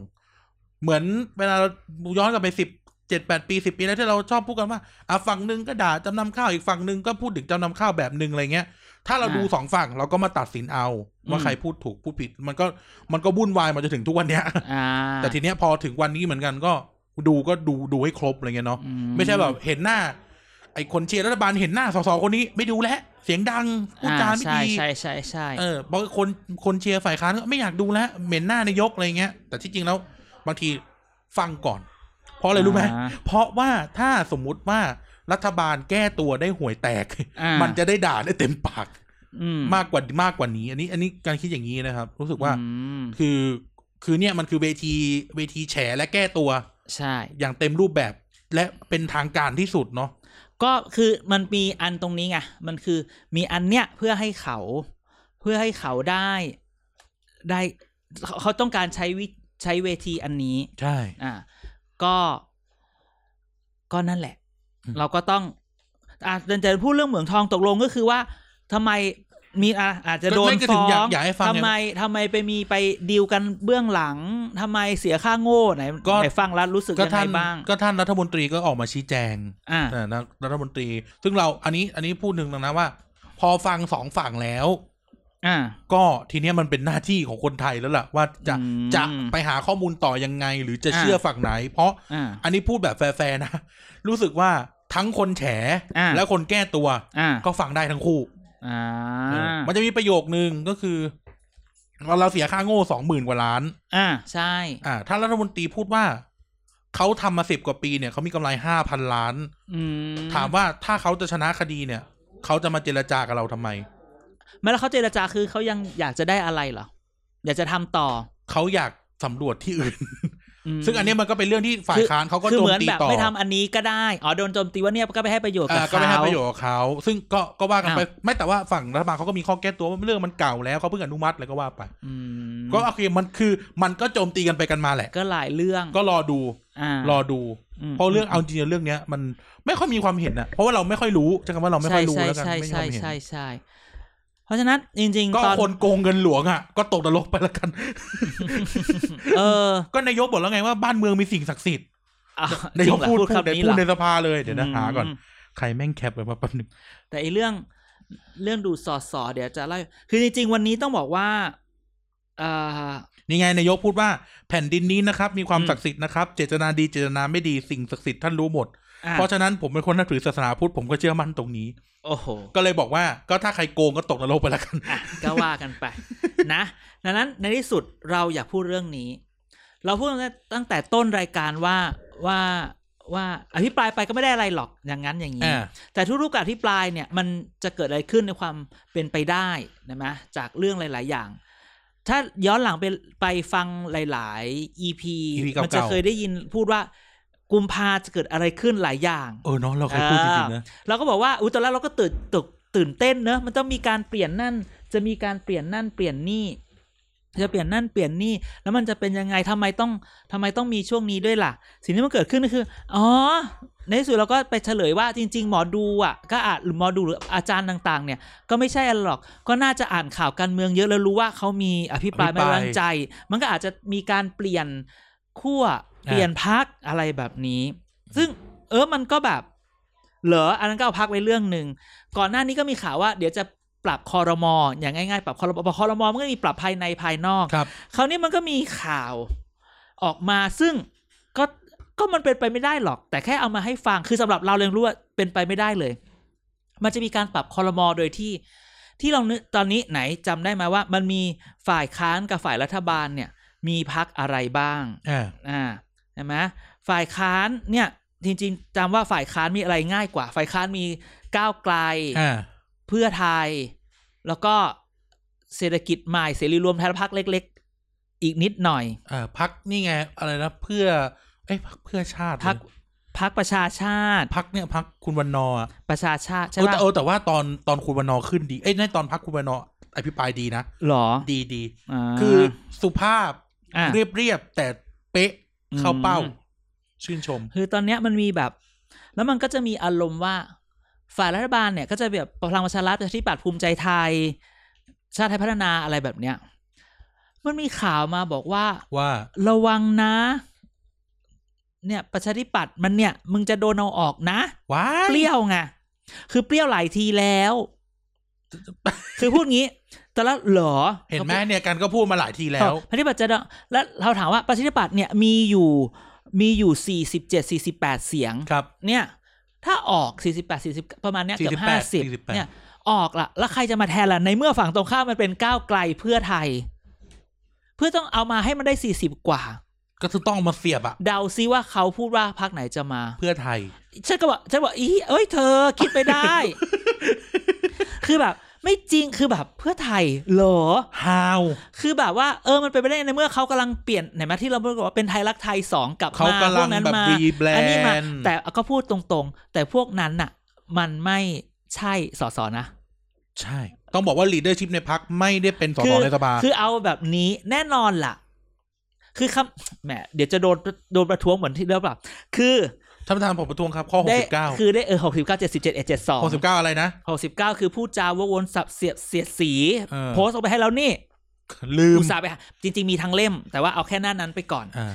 [SPEAKER 1] เหมือนเวลาเราย้อนกลับไปสิบเจ็ดแปดปีสิบปีแล้วที่เราชอบพูดกันว่าอ่ะฝั่งหนึ่งก็ด่าจำนำข้าวอีกฝั่งหนึ่งก็พูดถึงจำนำข้าวแบบหนึ่งอะไรเงี้ย ถ้าเราดูสองฝั่งเราก็มาตัดสินเอา ว่าใครพูดถูกพูดผิด มันก็มันก็วุ่นวายมาจนถึงทุกวันเนี้ย
[SPEAKER 2] อ่า
[SPEAKER 1] แต่ทีเนี้ยพอถึงวันนี้เหมือนกันก็ดูก็ดูดูให้ครบอะไรเงี้ยเนาะ
[SPEAKER 2] อื
[SPEAKER 1] ไม่ใช่แบบเห็นหน้า ไอ้คนเชียร์รัฐบาลเห็นหน้าสสคนนี้ ไม่ดูแลวเสียงดังพูดจาไม่
[SPEAKER 2] ใช่
[SPEAKER 1] ดี
[SPEAKER 2] ใช่ใช่ใช่
[SPEAKER 1] เออเพราะคนคนเชียร์ฝ่ายค้านก็ไม่อยากดูแล้วเหม็นหน้านายกอะไรเงี้ย แต่ที่จริงแล้วบางทีฟังก่อน เพราะอะไรรู้ไหม
[SPEAKER 2] อ่า
[SPEAKER 1] เพราะว่าถ้าสมมุติว่ารัฐบาลแก้ตัวได้ห่วยแตก
[SPEAKER 2] อ่ามั
[SPEAKER 1] มันจะได้ด่าได้เต็มปาก
[SPEAKER 2] อืม
[SPEAKER 1] มากกว่ามากกว่านี้ อันนี้ อันนี้การคิดอย่างนี้นะครับ รู้สึกว่า
[SPEAKER 2] อืม
[SPEAKER 1] คือคือเนี่ยมันคือเวทีเวทีแฉและแก้ตัว
[SPEAKER 2] ใช่
[SPEAKER 1] อย่างเต็มรูปแบบและเป็นทางการที่สุดเนาะ
[SPEAKER 2] ก็คือมันมีอันตรงนี้ไง มันคือมีอันเนี้ยเพื่อให้เขา เพื่อให้เขาได้ได้เขาเขาต้องการใช้วิใช้เวทีอันนี้
[SPEAKER 1] ใช่
[SPEAKER 2] อ่า ก็ก็นั่นแหละ
[SPEAKER 1] อืม
[SPEAKER 2] เราก็ต้องอ่าจะพูดเรื่องเหมืองทองตกลงก็คือว่าทำไมมีอ่ะอาจจะโดน
[SPEAKER 1] ก็
[SPEAKER 2] ฟ้
[SPEAKER 1] ถึงอยา
[SPEAKER 2] อก ง
[SPEAKER 1] อยากให้ฟัง
[SPEAKER 2] ทำไมทำไมไปมีไปดีลกันเบื้องหลังทำไมเสียค่าโง่ไหน
[SPEAKER 1] ก็
[SPEAKER 2] ไหนฟังแล้วรู้สึก
[SPEAKER 1] ก็
[SPEAKER 2] ยังไง
[SPEAKER 1] ท่าน
[SPEAKER 2] บ้าง
[SPEAKER 1] ก็ท่านรัฐมนตรีก็ออกมาชี้แจง
[SPEAKER 2] อ่า
[SPEAKER 1] อ่านะรัฐมนตรี ซึ่งเราอันนี้อันนี้พูดหนึ่งนะว่า พอฟังสองฝั่งแล้ว
[SPEAKER 2] อ่า
[SPEAKER 1] ก็ทีเนี้ยมันเป็นหน้าที่ของคนไทยแล้วล่ะ ว่าจะ
[SPEAKER 2] อืม
[SPEAKER 1] จะไปหาข้อมูลต่อยังไง หรือจะ
[SPEAKER 2] อ่า
[SPEAKER 1] เชื่อฝั่งไหน เพราะ
[SPEAKER 2] อ่า
[SPEAKER 1] อันนี้พูดแบบแฟร์ๆนะ รู้สึกว่าทั้งคนแฉ
[SPEAKER 2] อ่า
[SPEAKER 1] และคนแก้ตัว
[SPEAKER 2] อ่า
[SPEAKER 1] ก็ฟังได้ทั้งคู่
[SPEAKER 2] อ่า
[SPEAKER 1] เออมันจะมีประโยคนึงก็คือเราเสียค่าโง่สองหมื่นกว่าล้าน
[SPEAKER 2] อ่าใช่
[SPEAKER 1] อ่า ถ้ารัฐมนตรีพูดว่าเขาทำมาสิบกว่าปีเนี่ยเขามีกำไรห้าพันล้าน
[SPEAKER 2] อืม
[SPEAKER 1] ถามว่าถ้าเขาจะชนะคดีเนี่ย เขาจะมาเจรจากับเราทำไม
[SPEAKER 2] ไม่แล้วเขาเจรจาคือเขายังอยากจะได้อะไรเหรอ อยากจะทำต่อ
[SPEAKER 1] เขาอยากสำรวจที่อื่น
[SPEAKER 2] ม
[SPEAKER 1] ซึ่งอันเนี้ยมันก็เป็นเรื่องที่ฝ่ายค้านเขาก็
[SPEAKER 2] คือ
[SPEAKER 1] โจม
[SPEAKER 2] เหมือน
[SPEAKER 1] ตี
[SPEAKER 2] แบบ
[SPEAKER 1] ต่อ
[SPEAKER 2] ไม่ทำอันนี้ก็ได้ อ๋อโดนโจมตีว่าเนี่ยก็ไปให้ประโยชน์กับ
[SPEAKER 1] อ่า
[SPEAKER 2] เขา
[SPEAKER 1] ก็ไม่ให้ประโยชน์กับเขา ซึ่งก็ก็ว่ากันไป
[SPEAKER 2] อ่ะ
[SPEAKER 1] ไม่แต่ว่าฝั่งรัฐบาลเขาก็มีข้อแก้ตัวว่าเรื่องมันเก่าแล้วเขาเพิ่งอนุมัติแล้วก็ว่าไป
[SPEAKER 2] อืม
[SPEAKER 1] ก็โอเคมันคือมันก็โจมตีกันไปกันมาแหละ
[SPEAKER 2] ก็หลายเรื่อง
[SPEAKER 1] ก็รอดู
[SPEAKER 2] อ่าร ร
[SPEAKER 1] อดู เพราะเรื่องเอาจริงๆเรื่องเนี้ย มันไม่ค่อยมีความเห็นอะเพราะว่าเราไม่ค่อยรู้ใช้คำว่าเราไม่ค่อยรู้
[SPEAKER 2] ใช่
[SPEAKER 1] แล้วกัน
[SPEAKER 2] ใช่
[SPEAKER 1] ไม่มีค
[SPEAKER 2] ใช่
[SPEAKER 1] วามเห็น
[SPEAKER 2] ใช่ใช่เพราะฉะนั้นจริง
[SPEAKER 1] ก็
[SPEAKER 2] ๆ ตอน
[SPEAKER 1] คนโกงเงินหลวงอะก็ตกนรกไปแล้วกัน
[SPEAKER 2] เออ
[SPEAKER 1] ก็นายกบอกแล้วไงว่าบ้านเมืองมีสิ่งศักดิ์สิทธิ
[SPEAKER 2] อ่ะ
[SPEAKER 1] นายกพูด
[SPEAKER 2] จ
[SPEAKER 1] พู
[SPEAKER 2] ริ
[SPEAKER 1] ดใน
[SPEAKER 2] งเหรอคำนี้
[SPEAKER 1] พูดใน
[SPEAKER 2] เหรอ
[SPEAKER 1] สภาเลยเดี๋ยวนะหาก่อน
[SPEAKER 2] ม
[SPEAKER 1] ใครแม่งแคปไว้มาแป๊บหนึง
[SPEAKER 2] แต่ไอเรื่องเรื่องดูดสอดสอเดี๋ยวจะเล่าคือจริงๆวันนี้ต้องบอกว่าเอ่อ
[SPEAKER 1] นี่ไงนายกพูดว่าแผ่นดินนี้นะครับ มีความ
[SPEAKER 2] อืม
[SPEAKER 1] ศักดิ์สิทธิ์นะครับ เจตนาดีเจตนาไม่ดีสิ่งศักดิ์สิทธิ์ท่านรู้หมด
[SPEAKER 2] อ่ะ
[SPEAKER 1] เพราะฉะนั้นผมเป็นคนนับถือศาสนาพุทธผมก็เชื่อมั่นตรงนี้
[SPEAKER 2] โอ้โห
[SPEAKER 1] ก็เลยบอกว่าก็ถ้าใครโกงก็ตกนรกไปแล้วกัน
[SPEAKER 2] อ่ะก็ว่ากันไป นะดังนั้นในที่สุดเราอยากพูดเรื่องนี้ เราพูดตั้งแต่ต้นรายการว่าว่าว่าอภิปรายไปก็ไม่ได้อะไรหรอกอย่างนั้นอย่างนี้
[SPEAKER 1] อ่า
[SPEAKER 2] แต่ทุกรูปการอภิปรายเนี่ยมันจะเกิดอะไรขึ้นในความเป็นไปได้นะมะจากเรื่องหลาย ๆ อย่าง ถ้าย้อนหลังไปไปฟังหลาย ๆ EP
[SPEAKER 1] EP เก่าๆ
[SPEAKER 2] มันจะเคยได้ยินพูดว่ากุมภาจะเกิดอะไรขึ้นหลายอย่าง
[SPEAKER 1] เออเนาะเราเคยพูดจริงๆนะ
[SPEAKER 2] เราก็บอกว่าอุ้ยตอนแรกเราก็ตื่นตกตื่นเต้นเนอะมันต้องมีการเปลี่ยนนั่น จะมีการเปลี่ยนนั่นเปลี่ยนนี่ จะเปลี่ยนนั่นเปลี่ยนนี่ แล้วมันจะเป็นยังไงทำไมต้องทำไมต้องมีช่วงนี้ด้วยล่ะ สิ่งที่มันเกิดขึ้นก็คือ อ๋อ ในที่สุดเราก็ไปเฉลยว่าจริง ๆ หมอดูอ่ะ ก็อาจหรือหมอดูหรืออาจารย์ต่าง ๆ เนี่ย ก็ไม่ใช่อะไรหรอก ก็น่าจะอ่านข่าวการเมืองเยอะแล้วรู้ว่าเขามีอภิปรายไม่ไว้วางใจ มันก็อาจจะมีการเปลี่ยนขั้วเปลี่ยนพักอะไรแบบนี้ ซึ่ง เออ มันก็แบบ เหรอ อันนั้นก็เอาพักไว้เรื่องหนึ่ง ก่อนหน้านี้ก็มีข่าวว่า เดี๋ยวจะปรับคอรมออย่างง่ายๆ ปรับคอรมอปรับคอรมอมันก็มีปรับภายในภายนอก
[SPEAKER 1] ครับ
[SPEAKER 2] คราวนี้มันก็มีข่าวออกมาซึ่งก็ก็มันเป็นไปไม่ได้หรอก แต่แค่เอามาให้ฟังคือสำหรับเราเรียนรู้ว่าเป็นไปไม่ได้เลย มันจะมีการปรับคอรมอโดยที่ ที่เรานึกตอนนี้ไหนจำได้ไหมว่า มันมีฝ่ายค้านกับฝ่ายรัฐบาลเนี่ย มีพักอะไรบ้าง
[SPEAKER 1] อ่า
[SPEAKER 2] อ่าใช่ไหมฝ่ายค้านเนี่ยจริงๆจำว่าฝ่ายค้านมีอะไรง่ายกว่า ฝ่ายค้านมีก้าวไกล
[SPEAKER 1] อ่า
[SPEAKER 2] เพื่อไทย แล้วก็เศรษฐกิจใหม่เสรีรวมไทยและพักเล็ก ๆ อีกนิดหน่อย
[SPEAKER 1] อ่าพักนี่ไงอะไรนะเพื่อเอ้ยพักเพื่อชาติ
[SPEAKER 2] พักพักประชาชาติ
[SPEAKER 1] พักเนี่ยพักคุณวันนอร์อะ
[SPEAKER 2] ประชาชาติ
[SPEAKER 1] เอ
[SPEAKER 2] ใช่
[SPEAKER 1] อ
[SPEAKER 2] ปะ
[SPEAKER 1] แต่เออแต่ว่าตอนตอนคุณวันนอร์ขึ้นดีเอ้ยในตอนพักคุณวันนอร์อภิปรายดีนะ
[SPEAKER 2] หรอ
[SPEAKER 1] ดีดี
[SPEAKER 2] า
[SPEAKER 1] คือสุภาพ
[SPEAKER 2] อ่ะ
[SPEAKER 1] เรียบเรียบๆแต่เป๊ะเข้าเป้า
[SPEAKER 2] อืม
[SPEAKER 1] ชื่นชม
[SPEAKER 2] คือตอนเนี้ยมันมีแบบ แล้วมันก็จะมีอารมณ์ว่า ฝ่ายรัฐบาลเนี่ยก็จะแบบพลังประชารัฐประชาธิปัตย์ภูมิใจไทย ชาติไทยพัฒนาอะไรแบบเนี้ยมันมีข่าวมาบอกว่า
[SPEAKER 1] ว่า
[SPEAKER 2] ระวังนะ เนี่ย ประชาธิปัตย์มันเนี่ย มึงจะโดนเอาออกนะ
[SPEAKER 1] ว้า
[SPEAKER 2] เปรี้ยวไงคือเปรี้ยวหลายทีแล้ว คือพูดงี้แต่ละเหรอ
[SPEAKER 1] เห็นไหมเนี่ยกันก็พูดมาหลายทีแล้ว
[SPEAKER 2] ประชาธิปัตย์จะได้แล้วเราถามว่าประชาธิปัตย์เนี่ยมีอยู่มีอยู่สี่สิบเจ็ดสี่สิบแปดเสียง
[SPEAKER 1] ครับ
[SPEAKER 2] เนี่ย ถ้าออก 48 40 ประมาณเนี้ยเกือบ
[SPEAKER 1] 48
[SPEAKER 2] 50
[SPEAKER 1] 48
[SPEAKER 2] เนี่ยออกละแล้วใครจะมาแทนล่ะ ในเมื่อฝั่งตรงข้ามมันเป็นก้าวไกลเพื่อไทย เพื่อต้องเอามาให้มันได้ 40 กว่า
[SPEAKER 1] ก็คือต้องมาเสียบอะ
[SPEAKER 2] เดาซิว่าเขาพูดว่าพักไหนจะมา
[SPEAKER 1] เพื่อไทย
[SPEAKER 2] ฉันก็บอกฉันบอกอีเอ้ย เธอคิดไปได้ คือแบบ ไม่จริงคือแบบเพื่อไทยเหรอ
[SPEAKER 1] how
[SPEAKER 2] คือแบบว่าเออมันเป็นไปได้ในเมื่อเขากำลังเปลี่ยนไหนไหมาที่เราบอกว่าเป็นไทยรักไทยสองกลับ
[SPEAKER 1] เขา
[SPEAKER 2] มาก
[SPEAKER 1] ำ
[SPEAKER 2] พ
[SPEAKER 1] ลั
[SPEAKER 2] ว
[SPEAKER 1] ง
[SPEAKER 2] กนั้น
[SPEAKER 1] แบบ
[SPEAKER 2] มา
[SPEAKER 1] rebrand
[SPEAKER 2] อันนี้มา แต่ก็พูดตรงๆ แต่พวกนั้นน่ะ มันไม่ใช่สสนะ
[SPEAKER 1] ใช่ ต้องบอกว่า leadership ในพักไม่ได้เป็นส
[SPEAKER 2] คื
[SPEAKER 1] ส
[SPEAKER 2] อ
[SPEAKER 1] ในสภา
[SPEAKER 2] คือเอาแบบนี้แน่นอนล่ะ คือคำแหมเดี๋ยวจะโดนโดนประท้วงเหมือนที่เริ่มแบบคือ
[SPEAKER 1] ท่านประธานผมประท้วงครับ ข้อ
[SPEAKER 2] ได้
[SPEAKER 1] 69
[SPEAKER 2] คือได้เออหกสิบเก้าเจ็ดสิบเจ็ดเอ็ดเจ็ดสอง
[SPEAKER 1] 69 อะไรนะ
[SPEAKER 2] หกสิบเก้าคือพูดจาวกวนสับเสียดเสียดสี
[SPEAKER 1] เออ
[SPEAKER 2] โพสต์ออกไปให้แล้วนี่
[SPEAKER 1] ลืม
[SPEAKER 2] อุตส่าห์ไปหาจริง ๆ มีทั้งเล่ม แต่ว่าเอาแค่หน้านั้นไปก่อน
[SPEAKER 1] อ่า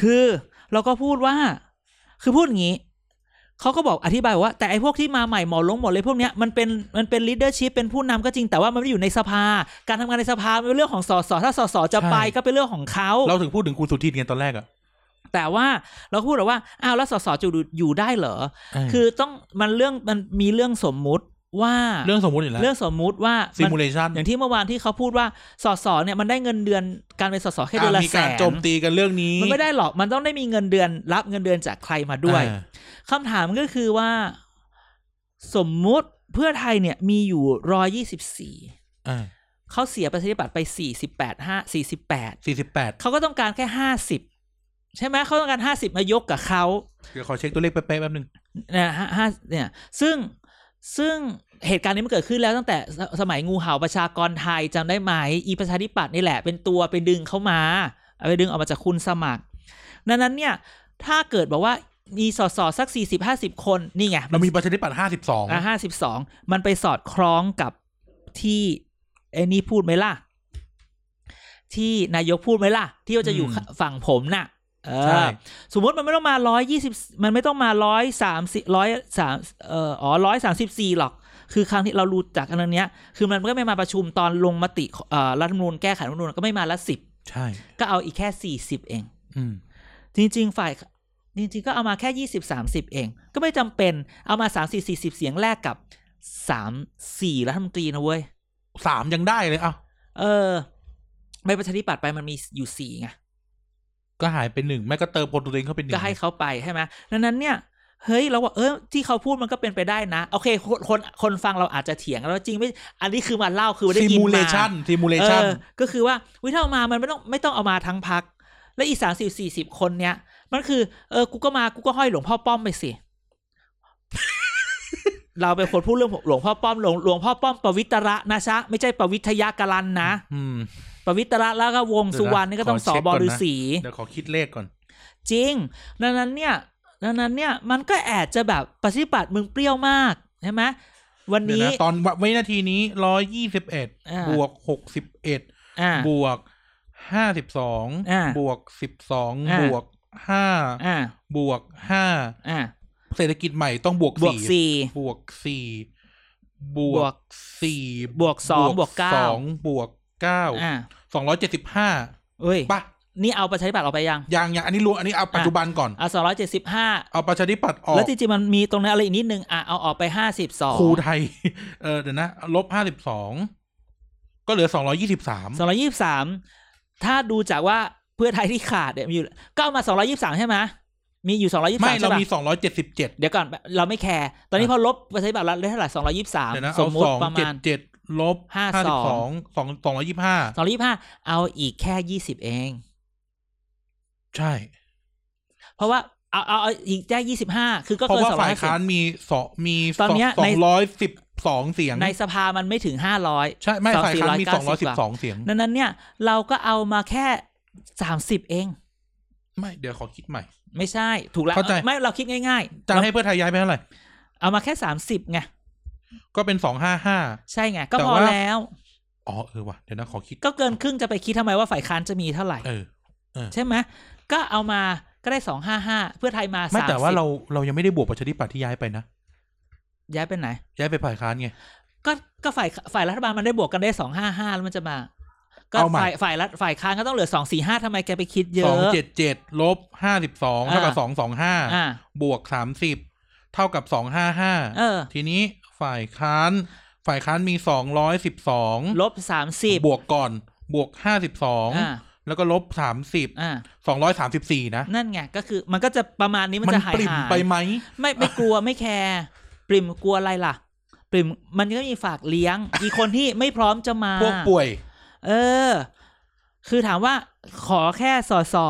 [SPEAKER 2] คือเราก็พูดว่า คือพูดอย่างนี้ เขาก็บอกอธิบายว่าแต่ไอ้พวกที่มาใหม่หมอลงหมดเลยพวกเนี้ยมันเป็นมันเป็นลีดเดอร์ชิพเป็นผู้นำก็จริงแต่ว่ามันไม่ได้อยู่ในสภา การทำงานในสภาเป็นเรื่องของสสถ้าสสจะไปก็เป็นเรื่องของเขา
[SPEAKER 1] เราถึงพูดถึงคุณสุทินกันตอนแรกอะ
[SPEAKER 2] แต่ว่าเราก็พูดแบบว่าอ้าวแล้วสสจะอยู่อยู่ได้เหรอ คือต้องมันเรื่องมันมีเรื่องสมมุติว่า
[SPEAKER 1] เรื่องสมมุติอีกแล้ว
[SPEAKER 2] เรื่องสมมุติว่ามัน
[SPEAKER 1] simulation
[SPEAKER 2] อย่างที่เมื่อวานที่เขาพูดว่าสสเนี่ยมันได้เงินเดือนการเป็นสสแค่เดือน
[SPEAKER 1] อ่ะ
[SPEAKER 2] ละ
[SPEAKER 1] มี
[SPEAKER 2] แส
[SPEAKER 1] การ
[SPEAKER 2] น
[SPEAKER 1] โจมตีกันเรื่องนี้
[SPEAKER 2] มันไม่ได้หรอกมันต้องได้มีเงินเดือนรับเงินเดือนจากใครมาด้วย
[SPEAKER 1] อ่า
[SPEAKER 2] คำถามก็คือว่า สมมุติเพื่อไทยเนี่ยมีอยู่ร้อยี่สิบสี่
[SPEAKER 1] อ่า
[SPEAKER 2] เขาเสียประชาธิปัตย์ไปสี่สิบแปดห้าสี่สิบแปด
[SPEAKER 1] 48
[SPEAKER 2] เขาก็ต้องการแค่ห้าสิบใช่ไหมเขาต้องการห้าสิบมายกกับเขา
[SPEAKER 1] เดี๋ยวขอเช็คตัวเลขเป๊ะๆแป๊บนึง
[SPEAKER 2] เนี่ยห้าห้าเนี่ย ซึ่งซึ่งเหตุการณ์นี้มันเกิดขึ้นแล้วตั้งแต่สสมัยงูเห่าประชากรไทยจำได้ไหมอีประชาธิปัตย์นี่แหละ เป็นตัวไปดึงเข้ามาเอาไปดึงออกมาจากคุณสมัครดังนั้นเนี่ย ถ้าเกิดบอกว่ามีสสสักสี่สิบห้าสิบคนนี่ไง
[SPEAKER 1] เรามีประชาธิปัตย์
[SPEAKER 2] อ่ะ
[SPEAKER 1] 52
[SPEAKER 2] ห้าสิบสองมันไปสอดคล้องกับที่ไอ้นี่พูดไหมล่ะ ที่นายกพูดไหมล่ะ ที่ว่าจะอยู่
[SPEAKER 1] อืม
[SPEAKER 2] ฝั่งผมน่ะเออ
[SPEAKER 1] ใช่
[SPEAKER 2] สมมติมันไม่ต้องมาร้อยยี่สิบมันไม่ต้องมาร้อยสามสิร้อยสามเอ่ออ๋อร้อยสามสิบสี่หรอก คือครั้งที่เรารู้จากอันเนี้ย คือมันก็ไม่มาประชุมตอนลงมติเอ่อรัฐธรรมนูญแก้ไขรัฐธรรมนูญก็ไม่มาละสิบ
[SPEAKER 1] ใช่
[SPEAKER 2] ก็เอาอีกแค่สี่สิบเอง
[SPEAKER 1] อืม
[SPEAKER 2] จริง ๆ ฝ่ายจริงๆ ก็เอามาแค่ยี่สิบสามสิบเอง ก็ไม่จำเป็นเอามาสามสี่สี่สิบเสียงแรกกับสามสี่รัฐมนตรีนะเว้ย
[SPEAKER 1] สามยังได้เลยเอ้า
[SPEAKER 2] เออไปประชาธิปัตย์ไปมันมีอยู่สี่ไง
[SPEAKER 1] ก็หายไปหนึ่งไม่ก็เติมคนตัวเองเข้าไปหนึ่ง
[SPEAKER 2] ก็ให้เขาไปใช่ไหมดังนั้นเนี่ย เฮ้ยเราว่าเออที่เขาพูดมันก็เป็นไปได้นะ โอเค คนคนคนฟังเราอาจจะเถียงแล้วาจริงไม่ อันนี้คือมาเล่าคือได้
[SPEAKER 1] ซิ
[SPEAKER 2] ยิน
[SPEAKER 1] มูเล
[SPEAKER 2] มา
[SPEAKER 1] ชันซิมูเล
[SPEAKER 2] เอ
[SPEAKER 1] ชัน
[SPEAKER 2] อก็คือว่าวิถ้าเอามามันไม่ต้องไม่ต้องเอามาทั้งพัก และอีสามสิบสี่สิบคนเนี้ยมันคือเออกูก็มากูก็ห้อยหลวงพ่อป้อมไปสิ เราเป็นคนพูดเรื่องหลวงพ่อป้อมหลวงหลวงพ่อป้อมประวิตระนะชะ ไม่ใช่ประวิทยากรันนะ
[SPEAKER 1] อืม
[SPEAKER 2] ประวิตระแล้วก็วงสุวรรณนี่ก็ต้อง
[SPEAKER 1] เดี๋
[SPEAKER 2] ส
[SPEAKER 1] ยว
[SPEAKER 2] อ
[SPEAKER 1] นะขอเช็คก่อน
[SPEAKER 2] บ
[SPEAKER 1] นะ
[SPEAKER 2] ฤาษี
[SPEAKER 1] เดี๋ยวขอคิดเลขก่อน
[SPEAKER 2] จริงดังนั้นเนี่ยดังนั้นเนี่ย มันก็แอบจะแบบปฏิบัติมึงเปรี้ยวมากใช่ไหมวัน
[SPEAKER 1] เดี๋ยว
[SPEAKER 2] นี้
[SPEAKER 1] นะตอนวินาทีนี้ร้อยยี่สิบเอ็ด
[SPEAKER 2] อ่า
[SPEAKER 1] บวกหกสิบเอ็ด
[SPEAKER 2] อ่า
[SPEAKER 1] บวกห้าสิบสอง
[SPEAKER 2] อ่า
[SPEAKER 1] บวกสิบสอง
[SPEAKER 2] อ่า
[SPEAKER 1] บวกห้า
[SPEAKER 2] อ่า
[SPEAKER 1] บวกห้า
[SPEAKER 2] อ่า
[SPEAKER 1] เศรษฐกิจใหม่ต้องบวก
[SPEAKER 2] บวก
[SPEAKER 1] สี่
[SPEAKER 2] สี่
[SPEAKER 1] บวกสี่บบ วกสี่
[SPEAKER 2] วกบวกสองบวกเก้า
[SPEAKER 1] สองบวกเก้า
[SPEAKER 2] อ่า
[SPEAKER 1] สองร้อยเจ็ดสิบห้า
[SPEAKER 2] เอ้ย
[SPEAKER 1] ป่ะ
[SPEAKER 2] นี่เอาประชาธิปัตย์ออกไปยัง
[SPEAKER 1] ยังยังอันนี้รวมอันนี้เอาปัจจุบันก่อน
[SPEAKER 2] อ่ะสองร้อยเจ็ดสิบห้า
[SPEAKER 1] เอาประชาธิปัตย์ออก
[SPEAKER 2] แล้วจริงๆมันมีตรงนั้นอะไรอีกนิดนึงอ่ะเอาออกไปห้าสิบสอง
[SPEAKER 1] ครู ไทย เออเดี๋ยวนะลบห้าสิบสองก็เหลือสองร้อยี่สิบสาม
[SPEAKER 2] สองร้อยยี่สิบสามถ้าดูจากว่าเพื่อไทยที่ขาดเนี่ยมีอยู่ก็เอามาสองร้อยยี่สิบสามใช่ไหมมีอยู่สองร้อยยี่สิบ
[SPEAKER 1] ไม่
[SPEAKER 2] สาม
[SPEAKER 1] เรา
[SPEAKER 2] ใช่ปะ
[SPEAKER 1] มีสองร้อยเจ็ดสิบเจ็ด
[SPEAKER 2] เดี๋ยวก่อนเราไม่แคร์ตอนนี้พอลบประชาธิปัตย์แล้วเท่าไหร่สองร้อยยี่สิบสาม
[SPEAKER 1] เดี๋ยวนะ
[SPEAKER 2] ส
[SPEAKER 1] เอา
[SPEAKER 2] มมติ
[SPEAKER 1] สอง
[SPEAKER 2] ประ
[SPEAKER 1] เจ็ด
[SPEAKER 2] มาณ
[SPEAKER 1] เจ็ดลบ
[SPEAKER 2] ห้า
[SPEAKER 1] ห้า
[SPEAKER 2] ส
[SPEAKER 1] สิ
[SPEAKER 2] อบ
[SPEAKER 1] สอง งสองสองร้อยยี่สิบห้า
[SPEAKER 2] สองร้อยยี่สิบห้าเอาอีกแค่ยี่สิบเอง
[SPEAKER 1] ใช่
[SPEAKER 2] เพราะว่าเอาเอาเอาอีกแค่ยี่สิบห้าคือก็
[SPEAKER 1] เพราะ
[SPEAKER 2] เกิน
[SPEAKER 1] ว่า
[SPEAKER 2] สองร้
[SPEAKER 1] ฝ่า
[SPEAKER 2] อย ยสิ
[SPEAKER 1] ค้านมีสองมี
[SPEAKER 2] ตอนเนี้ย
[SPEAKER 1] ส
[SPEAKER 2] ใน
[SPEAKER 1] องร้อยสิบสองเสียง
[SPEAKER 2] ในสภามันไม่ถึงห้าร้อย
[SPEAKER 1] ใช่ไม่
[SPEAKER 2] สอง
[SPEAKER 1] ฝ่ายค้านมีสองร้อยสิ
[SPEAKER 2] 490
[SPEAKER 1] บสองเสียง
[SPEAKER 2] ดังนั้นเนี่ย เราก็เอามาแค่สามสิบเอง
[SPEAKER 1] ไม่เดี๋ยวขอคิดใหม่
[SPEAKER 2] ไม่ใช่ถูกแล้ว
[SPEAKER 1] เข้าใจ
[SPEAKER 2] ไม่เราคิดง่ายๆ
[SPEAKER 1] จะ
[SPEAKER 2] เรา
[SPEAKER 1] ให้เพื่อไทยย้ายไปเท่าไหร่
[SPEAKER 2] เอามาแค่สามสิบไง
[SPEAKER 1] ก็เป็นสองห้าห้า
[SPEAKER 2] ใช่ไง ก็
[SPEAKER 1] แต่
[SPEAKER 2] พอ
[SPEAKER 1] ว่า
[SPEAKER 2] แล้ว
[SPEAKER 1] อ๋อเออว่ะเดี๋ยวนะขอคิด
[SPEAKER 2] ก็เกินครึ่งจะไปคิดทำไมว่าฝ่ายค้านจะมีเท่าไหร่
[SPEAKER 1] เออ
[SPEAKER 2] ใช่ไหมก็เอามาก็ได้สองห้าห้าเพื่อไทยมา
[SPEAKER 1] ไม่
[SPEAKER 2] สาม
[SPEAKER 1] แต่ว่า
[SPEAKER 2] สิบ
[SPEAKER 1] เราเรายังไม่ได้บวกประชาธิปัตย์ที่ย้ายไปนะ
[SPEAKER 2] ย้ายไปไหน
[SPEAKER 1] ย้ายไปฝ่ายค้านไง
[SPEAKER 2] ก็ก็ฝ่ายฝ่ายรัฐบาลมันได้บวกกันได้สองห้าห้าแล้วมันจะมา ก็
[SPEAKER 1] เอาใหม่
[SPEAKER 2] ฝ่ายฝ่ายรัฐฝ่ายค้านก็ต้องเหลือสองสี่ห้าทำไมแกไปคิดเย
[SPEAKER 1] สอ
[SPEAKER 2] อะ
[SPEAKER 1] งเจ็ดเจ็ดลบห้าสิบสองเท่ากับสองสองห้า
[SPEAKER 2] อ่า
[SPEAKER 1] บวกสามสิบ เท่ากับสองห้าห้า
[SPEAKER 2] เออ
[SPEAKER 1] ทีนี้ฝ่ายค้าน ฝ่ายค้านมีสองร้อยสิบสอง
[SPEAKER 2] ลบสามสิบบ
[SPEAKER 1] วกก่อนบวกห้าสิบสอง
[SPEAKER 2] อ่า
[SPEAKER 1] แล้วก็ลบสามสิบ
[SPEAKER 2] อ่า
[SPEAKER 1] สองร้อยสามสิบสี่นะ
[SPEAKER 2] นั่นไงก็คือมันก็จะประมาณนี้มันจะหาย
[SPEAKER 1] ปริ่ม
[SPEAKER 2] หาย
[SPEAKER 1] ไปไหม
[SPEAKER 2] ไม่ไม่กลัว ไม่แคร์ปริมกลัวอะไรล่ะ ปริมมันก็มีฝากเลี้ยง อีคนที่ไม่พร้อมจะมา
[SPEAKER 1] พวกป่วย
[SPEAKER 2] เออ คือถามว่าขอแค่สอสอ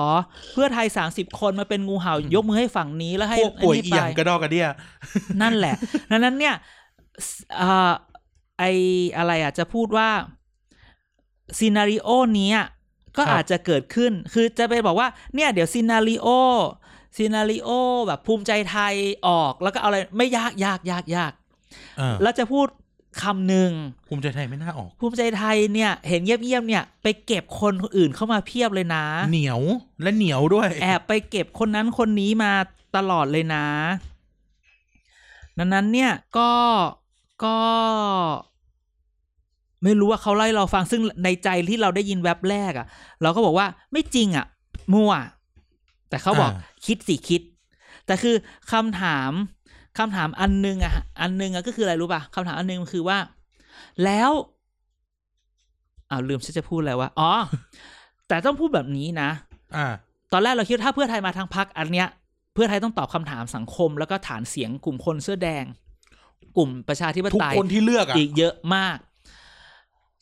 [SPEAKER 2] เพื่อไทยสามสิบคนมาเป็นงูเห่า ยกมือให้ฝั่งนี้แล้วให้
[SPEAKER 1] พวกป่วย
[SPEAKER 2] ไอ้
[SPEAKER 1] อีห
[SPEAKER 2] นี่ไป
[SPEAKER 1] ยังกระดอกกระเดี่ย
[SPEAKER 2] นั่นแหละ ดังนั้นเนี่ยสเอ่อไออะไรอ่ะ จะพูดว่าซีนารีโอนี้ยก็
[SPEAKER 1] ครับ
[SPEAKER 2] อาจจะเกิดขึ้น คือจะไปบอกว่า เนี่ย เดี๋ยวซีนารีโอซีนารีโอแบบภูมิใจไทยออก แล้วก็เอาอะไรไม่ยากยากยากยาก
[SPEAKER 1] เออ
[SPEAKER 2] แล้วจะพูดคำหนึ่ง
[SPEAKER 1] ภูมิใจไทยไม่น่าออก
[SPEAKER 2] ภูมิใจไทยเนี่ย เห็นเยี่ยมเยี่ยมๆเนี่ย ไปเก็บคนอื่นเข้ามาเพียบเลยนะ
[SPEAKER 1] เหนียวและเหนียวด้วย
[SPEAKER 2] แอบไปเก็บคนนั้นคนนี้มาตลอดเลยนะ ดังนั้นเนี่ยก็ก็ ไม่รู้ว่าเขาไล่เราฟังซึ่งในใจที่เราได้ยินแว็บแรกอะ่ะ เราก็บอกว่าไม่จริงอะ่ะ มั่ว แต่เขาบอก
[SPEAKER 1] อ่า
[SPEAKER 2] คิดสิคิด แต่คือคำถามคำถามอันนึงอะ่ะ อันนึงอะ่ะก็คืออะไรรู้ป่ะคำถามอันนึงคือว่า แล้วอ้าวลืมฉันจะพูดอะไรวะอ๋อ แต่ต้องพูดแบบนี้นะ
[SPEAKER 1] อ่า
[SPEAKER 2] ตอนแรกเราคิดว่าถ้าเพื่อไทยมาทางพักอันเนี้ย เพื่อไทยต้องตอบคำถามสังคม แล้วก็ฐานเสียงกลุ่มคนเสื้อแดง กลุ่มประชาธิป
[SPEAKER 1] ทุก
[SPEAKER 2] ไตย
[SPEAKER 1] คนที่เลือกอ่ะ
[SPEAKER 2] อีกเยอะมาก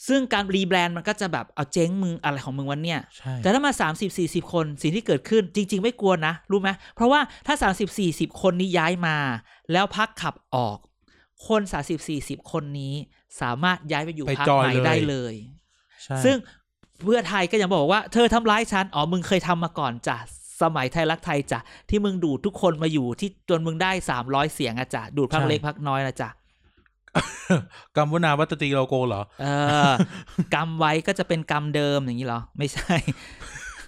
[SPEAKER 2] ซึ่งการรีแบรนด์มันก็จะแบบเอาเจ๊งมึงอะไรของมึงวันเนี่ย
[SPEAKER 1] ใช่
[SPEAKER 2] แต่ถ้ามา 30 40 คนสิ่งที่เกิดขึ้นจริง ๆ ไม่กลัวนะ รู้ไหมเพราะว่าถ้า 30 40 คนนี้ย้ายมา แล้วพักขับออก คน30 40 คนนี้สามารถย้ายไปอยู่พักใหม่ได้เลย
[SPEAKER 1] ใช่
[SPEAKER 2] ซึ่งเพื่อไทยก็ยังบอกว่าเธอทำร้ายฉัน อ๋อ มึงเคยทำมาก่อนจ้ะ สมัยไทยรักไทยจ้ะ ที่มึงดูดทุกคนมาอยู่ที่จนมึงได้สามร้อยเสียงอะจ้ะ ดูดพักเล็กพักน้อยนะจ้ะ
[SPEAKER 1] กัมวนาวัตตีโลโกเหรอ
[SPEAKER 2] เออ กรรมไว้ก็จะเป็นกรรมเดิมอย่างนี้เหรอ ไม่ใช่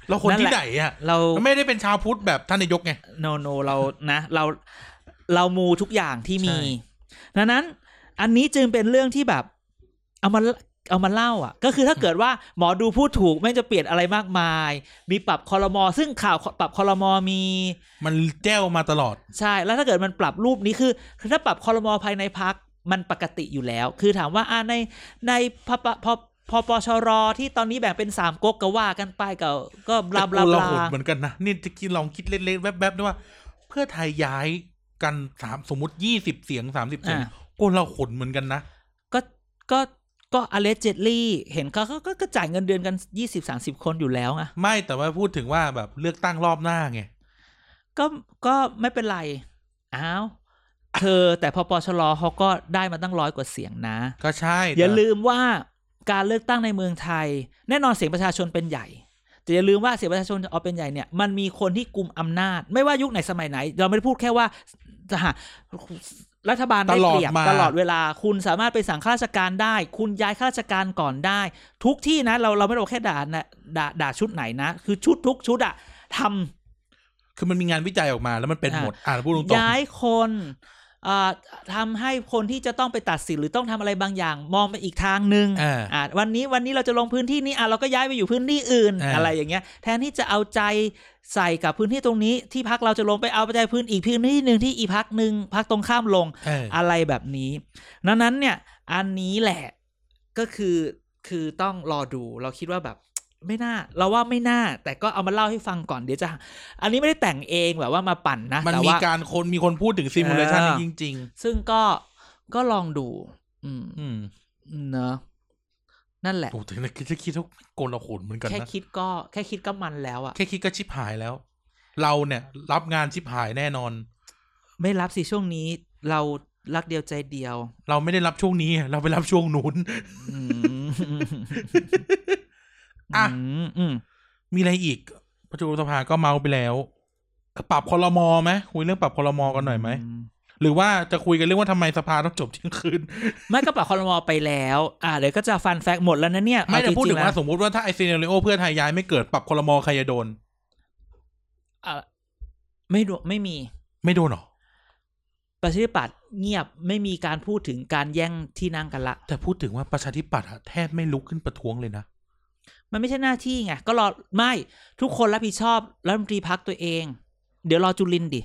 [SPEAKER 1] เราคน
[SPEAKER 2] นั่น
[SPEAKER 1] ที่
[SPEAKER 2] แหละ
[SPEAKER 1] ไหนอ่ะ
[SPEAKER 2] เรา
[SPEAKER 1] ไม่ได้เป็นชาวพุทธแบบท่านนายกไง
[SPEAKER 2] โนโนเรานะ เราเรามูทุกอย่างที่มี
[SPEAKER 1] ใช่
[SPEAKER 2] ดังนั้น อันนี้จึงเป็นเรื่องที่แบบ เอามาเอามาเล่าอ่ะ ก็คือถ้าเกิดว่าหมอดูพูดถูกไม่งจะเปลี่ยนอะไรมากมาย มีปรับคอรมอซึ่งข่าวปรับคอรมอมี
[SPEAKER 1] มันแจ้วมาตลอด
[SPEAKER 2] ใช่ แล้วถ้าเกิดมันปรับรูปนี้คือคือถ้าปรับคอรมอภายในพักมันปกติอยู่แล้ว คือถามว่าอ่าในในพปพพปชรที่ตอนนี้แบ่งเป็นสามก๊กก็ว่ากันไปก็ก็บลาบลา
[SPEAKER 1] แต่กู
[SPEAKER 2] บ
[SPEAKER 1] เรา
[SPEAKER 2] ลา
[SPEAKER 1] โหดเหมือนกันนะ นี่จะคิดลองคิดเล็กๆแวบๆด้วยว่า เพื่อไทยย้ายกันสามสมมติยี่สิบเสียงสามสิบเสียงกูเราขนเหมือนกันนะ
[SPEAKER 2] ก็ก็ก็อเลเจดลี่เห็นเขาก็ก็ก็จ่ายเงินเดือนกันยี่สิบสาสิบคนอยู่แล้วไง
[SPEAKER 1] ไม่แต่ว่าพูดถึงว่าแบบเลือกตั้งรอบหน้าไง
[SPEAKER 2] ก็ก็ไม่เป็นไร อ้าว เธอแต่พปชรเขาก็ได้มาตั้งร้อยกว่าเสียงนะ
[SPEAKER 1] ก็ใช่
[SPEAKER 2] อย่า
[SPEAKER 1] แต่
[SPEAKER 2] ลืมว่าการเลือกตั้งในเมืองไทย แน่นอนเสียงประชาชนเป็นใหญ่ แต่อย่าลืมว่าเสียงประชาชนเอาเป็นใหญ่เนี่ยมันมีคนที่กุมอำนาจ ไม่ว่ายุคไหนสมัยไหน เราไม่ได้พูดแค่ว่าจะหารัฐบาล
[SPEAKER 1] ต
[SPEAKER 2] ได้
[SPEAKER 1] ลอ
[SPEAKER 2] เป
[SPEAKER 1] ด
[SPEAKER 2] รียบ
[SPEAKER 1] มา
[SPEAKER 2] ตลอดเวลาคุณสามารถไปสั่งข้าราชการได้ คุณย้ายข้าราชการก่อนได้ ทุกที่นะเราเราไม่ได้บอกแค่ด่านะด่าด่าชุดไหนนะ คือชุดทุกชุดอะทำ
[SPEAKER 1] คือมันมีงานวิจัยออกมาแล้วมันเป็น
[SPEAKER 2] อ่ะ
[SPEAKER 1] หมด อ่านพูดตรง
[SPEAKER 2] ย้ายคนอ่าทำให้คนที่จะต้องไปตัดสินหรือต้องทำอะไรบางอย่าง มองไปอีกทางหนึ่ง
[SPEAKER 1] ๆอ่า
[SPEAKER 2] อ่ะวันนี้วันนี้เราจะลงพื้นที่นี้อ่ะเราก็ย้ายไปอยู่พื้นที่อื่น
[SPEAKER 1] อ่า
[SPEAKER 2] อะไรอย่างเงี้ย แทนที่จะเอาใจใส่กับพื้นที่ตรงนี้ที่พักเราจะลงไปเอาใจพื้นอีกพื้นที่หนึ่งที่อีกพักหนึ่งพักตรงข้ามลง
[SPEAKER 1] เอออ
[SPEAKER 2] อะไรแบบนี้ดังนั้นเนี่ย อันนี้แหละก็คือคือต้องรอดูเราคิดว่าแบบ ไม่น่า เราว่าไม่น่า แต่ก็เอามาเล่าให้ฟังก่อนเดี๋ยวจะ อันนี้ไม่ได้แต่งเองแบบว่ามาปั่นนะ
[SPEAKER 1] มัน
[SPEAKER 2] แต่
[SPEAKER 1] มี
[SPEAKER 2] ว่า
[SPEAKER 1] การคนมีคนพูดถึงซิมูเลชัน
[SPEAKER 2] เออ
[SPEAKER 1] นี้จริง
[SPEAKER 2] ซึ่งก็ก็ลองดู อืม
[SPEAKER 1] ๆ อืม
[SPEAKER 2] เนอะนั่นแหละ
[SPEAKER 1] โอ้ถึงนะคิดจะคิดว่าโกนเราขนเหมือนกัน
[SPEAKER 2] แค่
[SPEAKER 1] นะ
[SPEAKER 2] คิดก็แค่คิดก็มันแล้วอะ
[SPEAKER 1] แค่คิดก็ชิบหายแล้ว เราเนี่ย รับงานชิบหายแน่นอน
[SPEAKER 2] ไม่รับสิช่วงนี้ เรารักเดียวใจเดียว
[SPEAKER 1] เราไม่ได้รับช่วงนี้ เราไปรับช่วงนู้น
[SPEAKER 2] อืม
[SPEAKER 1] อ่ะ
[SPEAKER 2] มอืม
[SPEAKER 1] มีอะไรอีก ประชุมสภาก็เมาไปแล้ว ปรับคอรมอไหมคุยเรื่องปรับคอรมอกันหน่อยไหม หรือว่าจะคุยกันเรื่องว่าทำไมสภาต้องจบเที่ยงคืน
[SPEAKER 2] ไม่ก็ปรับคอรมอไปแล้ว อ่าเดี๋ยวก็จะฟันแฟกหมดแล้วนะเนี่ย
[SPEAKER 1] ไม่
[SPEAKER 2] เอ
[SPEAKER 1] แต่
[SPEAKER 2] จริๆ
[SPEAKER 1] พูดถึง
[SPEAKER 2] แล้
[SPEAKER 1] ว่าสมมติว่าถ้าไอซีเนเรโอเพื่อไทยย้ายไม่เกิดปรับคอรมอใครจะโดน
[SPEAKER 2] อ่ะไม่ดูไม่มี
[SPEAKER 1] ไม่โดนหรอ
[SPEAKER 2] ประชาธิปัตย์เงียบไม่มีการพูดถึงการแย่งที่นั่งกันละ
[SPEAKER 1] แต่พูดถึงว่าประชาธิปัตย์อะแทบไม่ลุกขึ้นประท้วงเลยนะ
[SPEAKER 2] มันไม่ใช่หน้าที่ไงก็รอไม่ทุกคนรับผิดชอบรัฐมนตรีพักตัวเอง เดี๋ยวรอจุลินดิ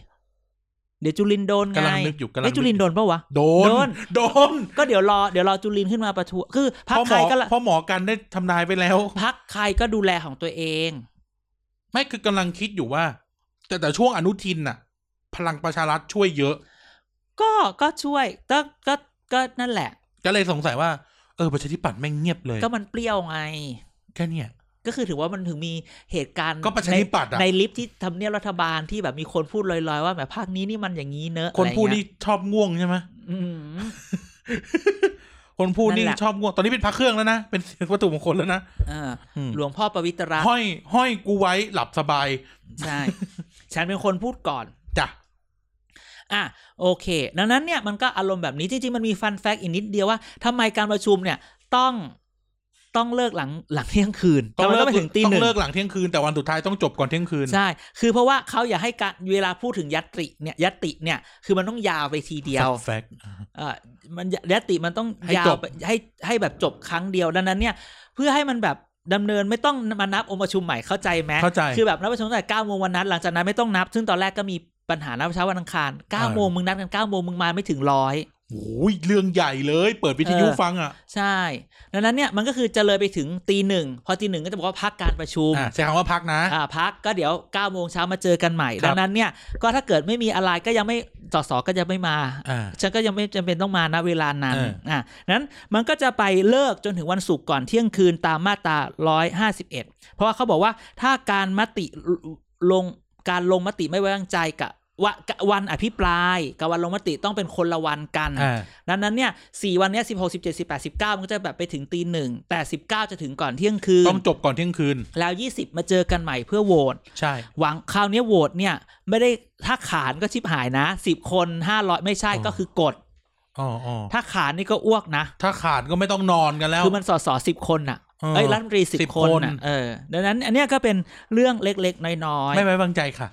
[SPEAKER 2] เดี๋ยวจุลินโดนไง
[SPEAKER 1] กำลังนึกอยู่กำลังนึ
[SPEAKER 2] เอ้
[SPEAKER 1] กอยู่
[SPEAKER 2] จุลินโดนปะวะ
[SPEAKER 1] โด
[SPEAKER 2] โด
[SPEAKER 1] น
[SPEAKER 2] น
[SPEAKER 1] โดน
[SPEAKER 2] ก็เดี๋ยวรอเดี๋ยวรอจุลินขึ้นมาประท้วงคือพัก
[SPEAKER 1] พ่อห
[SPEAKER 2] ใค
[SPEAKER 1] ม
[SPEAKER 2] ร
[SPEAKER 1] อ
[SPEAKER 2] ก็ละ
[SPEAKER 1] พ่อหมอกันได้ทำนายไปแล้ว
[SPEAKER 2] พักใครก็ดูแลของตัวเอง
[SPEAKER 1] ไม่คือกำลังคิดอยู่ว่า แต่แต่ช่วงอนุทินน่ะ พลังประชารัฐช่วยเยอะ
[SPEAKER 2] ก็ก็ช่วยก็ก็ก็นั่นแหละ
[SPEAKER 1] ก็เลยสงสัยว่า เออประชาธิปัตย์แม่งเงียบเลย
[SPEAKER 2] ก็มันเปรี้ยวไง
[SPEAKER 1] แค่เนี้ย
[SPEAKER 2] ก็คือถือว่ามันถึงมีเหตุการณ์
[SPEAKER 1] ก็ประชาธิปัตย์อะ
[SPEAKER 2] ในในลิฟต์ที่ทำเนียบรัฐบาลที่แบบมีคนพูดลอยๆ ว่าแบบภาคนี้นี่มันอย่างนี้เนอะ
[SPEAKER 1] คนพูด
[SPEAKER 2] อะไร
[SPEAKER 1] นี่
[SPEAKER 2] เงี้ย
[SPEAKER 1] ชอบง่วงใช่ไหม
[SPEAKER 2] อืม
[SPEAKER 1] คนพูดนี่
[SPEAKER 2] นั่นแหละ
[SPEAKER 1] ชอบง่วง ตอนนี้เป็นพระเครื่องแล้วนะ เป็นวัตถุมงคลแล้วนะ
[SPEAKER 2] เออ
[SPEAKER 1] อืม
[SPEAKER 2] หลวงพ่อประวิตรรัตน์
[SPEAKER 1] ห้อยห้อยกูไว้หลับสบาย
[SPEAKER 2] ใช่ ฉันเป็นคนพูดก่อน
[SPEAKER 1] จ้ะ
[SPEAKER 2] อ่ะโอเค ดังนั้นเนี่ยมันก็อารมณ์แบบนี้จริงๆ มันมีฟันแฟกอีกนิดเดียวว่าทำไมการประชุมเนี่ยต้องต้องเลิกหลังหลังเที่ยงคืนทำไมต้องไปถึงตี
[SPEAKER 1] ต้อ
[SPEAKER 2] ห
[SPEAKER 1] ง
[SPEAKER 2] นึ่ง
[SPEAKER 1] เลิกหลังเที่ยงคืนแต่วันสุดท้ายต้องจบก่อนเที่ยงคืน
[SPEAKER 2] ใช่ คือเพราะว่าเขาอยากให้การเวลาพูดถึงยัตติเนี่ยยัตติเนี่ยคือมันต้องยาวไปทีเดียว
[SPEAKER 1] Fun fact อ่ะ
[SPEAKER 2] เอ่อมันยัตติมันต้อง
[SPEAKER 1] ให้
[SPEAKER 2] ยา
[SPEAKER 1] จ
[SPEAKER 2] ว
[SPEAKER 1] บ
[SPEAKER 2] ไปให้ให้แบบจบครั้งเดียวดังนั้นเนี่ยเพื่อให้มันแบบดำเนินไม่ต้องมานับองค์ประชุมใหม่เข้าใจไหม
[SPEAKER 1] เข้าใจ
[SPEAKER 2] คือแบบนัดประชุมตั้งแต่เก้าโมงวันนัดหลังจากนั้นไม่ต้องนับ ซึ่งตอนแรกก็มีปัญหานัดเช้าวันอังคารเก้า
[SPEAKER 1] อ่า
[SPEAKER 2] โมงมึงนัดกันเก้าโมงมึงมาไม่ถึงร้อย
[SPEAKER 1] โอ้ยเรื่องใหญ่เลย เปิดวิทยุ
[SPEAKER 2] เออ
[SPEAKER 1] ฟังอ่ะ
[SPEAKER 2] ใช่ ดังนั้นเนี่ยมันก็คือจะเลยไปถึงตีหนึ่งพอตีหนึ่งก็จะบอกว่าพักการประชุม
[SPEAKER 1] อ่ะใช้คำว่าพักนะ
[SPEAKER 2] อ่าพักก็เดี๋ยว9ก้าโมงเช้ามาเจอกันใหม่
[SPEAKER 1] ครับ
[SPEAKER 2] ดังนั้นเนี่ยก็ถ้าเกิดไม่มีอะไรก็ยังไม่สสก็จะไม่มา
[SPEAKER 1] อ่า
[SPEAKER 2] ฉันก็ยังไม่จำเป็นต้องมาณเวลานั้น
[SPEAKER 1] เอออ่
[SPEAKER 2] อ่ะนั้นมันก็จะไปเลิกจนถึงวันศุกร์ก่อนเที่ยงคืนตามมาตรา 151 เพราะว่าเขาบอกว่าถ้าการมติลงการลงมติไม่ไว้วางใจกับวะกับวันอภิปรายกับวันลงมติต้องเป็นคนละวันกัน
[SPEAKER 1] อ่า
[SPEAKER 2] ดังนั้นเนี่ยสี่วันเนี้ยสิบหกสิบเจ็ดสิบแปดสิบเก้ามันก็จะแบบไปถึงตีหนึ่งแต่สิบเก้าจะถึงก่อนเที่ยงคืน
[SPEAKER 1] ต้องจบก่อนเที่ยงคืน
[SPEAKER 2] แล้วยี่สิบมาเจอกันใหม่เพื่อโหวต
[SPEAKER 1] ใช่
[SPEAKER 2] หวังคราวเนี้ยโหวตเนี่ยไม่ได้ถ้าขานก็ชิบหายนะสิบคนห้าร้อยไม่ใช่
[SPEAKER 1] อ๋อ
[SPEAKER 2] ก็คือกด
[SPEAKER 1] อ๋ออ๋อ
[SPEAKER 2] ถ้าขานนี่ก็อ้วกนะ
[SPEAKER 1] ถ้าขาดก็ไม่ต้องนอนกันแล้ว
[SPEAKER 2] คือมันสอสอสิบคนน่ะ
[SPEAKER 1] เออ
[SPEAKER 2] เอ้ยรัฐมนตรีสิบ
[SPEAKER 1] 10
[SPEAKER 2] คน
[SPEAKER 1] คน
[SPEAKER 2] น่ะเออดังนั้น อันเนี้ยก็เป็นเรื่องเล็กๆ น้อย
[SPEAKER 1] ไม่ไว้วางใจค่ะ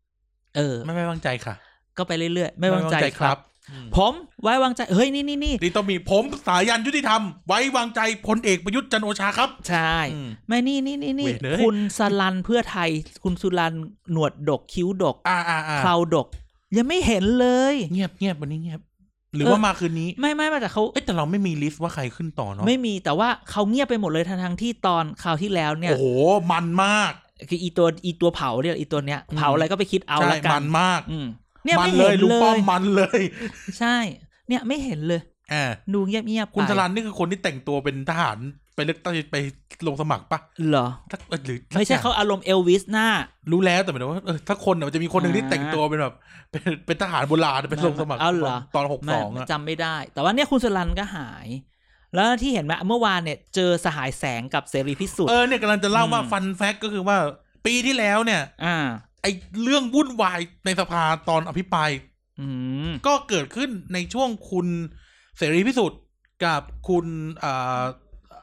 [SPEAKER 2] ๆเออ
[SPEAKER 1] ไม่ไว้วางใจค่ะ
[SPEAKER 2] ก็ไปเรื่อยๆ ไม่วางใจครับ
[SPEAKER 1] อืม
[SPEAKER 2] ผมไว้วางใจ เฮ้ย นี่นี่นี่
[SPEAKER 1] นี่ต้องมีผมสายันยุติธรรม ไว้วางใจพลเอกประยุทธ์จันทร์โอชาครับ
[SPEAKER 2] ใช่
[SPEAKER 1] อืม
[SPEAKER 2] ไม่นี่นี่นี่นี่
[SPEAKER 1] เวทเลย
[SPEAKER 2] คุณสลันเพื่อไทย คุณสุรันหนวดดกคิ้วดก
[SPEAKER 1] อ่าอ่าอ่า
[SPEAKER 2] เคราดก ยังไม่เห็นเลย
[SPEAKER 1] เงียบเงียบวันนี้เงียบ หรือ
[SPEAKER 2] เออ
[SPEAKER 1] ว่ามาคืนนี้
[SPEAKER 2] ไม่ไม่ไมาแต่เขา
[SPEAKER 1] เอ้ยแต่เราไม่มีลิสต์ว่าใครขึ้นต่อเนาะ
[SPEAKER 2] ไม่มีแต่ว่าเขาเงียบไปหมดเลยทั้งทที่ตอนคราวที่แล้วเนี่ย
[SPEAKER 1] โอ้โห มันมาก
[SPEAKER 2] คืออีตัวอีตัวเผาเนี่ยอีตัวเนี้ย
[SPEAKER 1] อืม
[SPEAKER 2] เผาอะไรก็ไปคิดเอา
[SPEAKER 1] ใช่
[SPEAKER 2] ละกั
[SPEAKER 1] มัน นมาก
[SPEAKER 2] อืมเนี่ย
[SPEAKER 1] มั
[SPEAKER 2] ไม่
[SPEAKER 1] เล
[SPEAKER 2] เห็
[SPEAKER 1] ย
[SPEAKER 2] น
[SPEAKER 1] ลุง
[SPEAKER 2] เล
[SPEAKER 1] ป้อม
[SPEAKER 2] ย
[SPEAKER 1] มันเลย
[SPEAKER 2] ใช่ เนี่ยไม่เห็นเลย
[SPEAKER 1] อ่า
[SPEAKER 2] ดูเงียบๆไป
[SPEAKER 1] คุณสลันนี่คือคนที่แต่งตัวเป็นทหารไปเลือกตั้งไปลงสมัครปะ
[SPEAKER 2] เหรอ
[SPEAKER 1] สักเอ้ยหรือสัก
[SPEAKER 2] ไม่ใช่
[SPEAKER 1] อย่ง
[SPEAKER 2] เขาอารมณ์เอลวิสหน้า
[SPEAKER 1] รู้แล้วแต่หมายถึงว่าเออถ้าคนเนี่ยมันจะมีคนหนึ่ง
[SPEAKER 2] อ่า
[SPEAKER 1] ที่แต่งตัวเป็นแบบ เป็นเป็นทหารโบราณเป็นลงสมัคร
[SPEAKER 2] เอาเหรอ
[SPEAKER 1] ตอนหก
[SPEAKER 2] ไม่
[SPEAKER 1] สองอะ
[SPEAKER 2] จำไม่ได้ แต่ว่าเนี่ยคุณสลันก็หาย แล้วที่เห็นไหมเมื่อวานเนี่ย เจอสหายแสงกับเสรีพิสุท
[SPEAKER 1] เอ
[SPEAKER 2] ธิ์
[SPEAKER 1] อเนี่ยกำลังจะเล่าว่า
[SPEAKER 2] อืม
[SPEAKER 1] ฟันแฟกก็คือว่า ปีที่แล้วเนี่ย
[SPEAKER 2] อ่า
[SPEAKER 1] ไอเรื่องวุ่นวายในสภาตอนอภิปราย
[SPEAKER 2] อืม
[SPEAKER 1] ก็เกิดขึ้นในช่วงคุณเสรีพิสุทธิ์กับคุณอ่า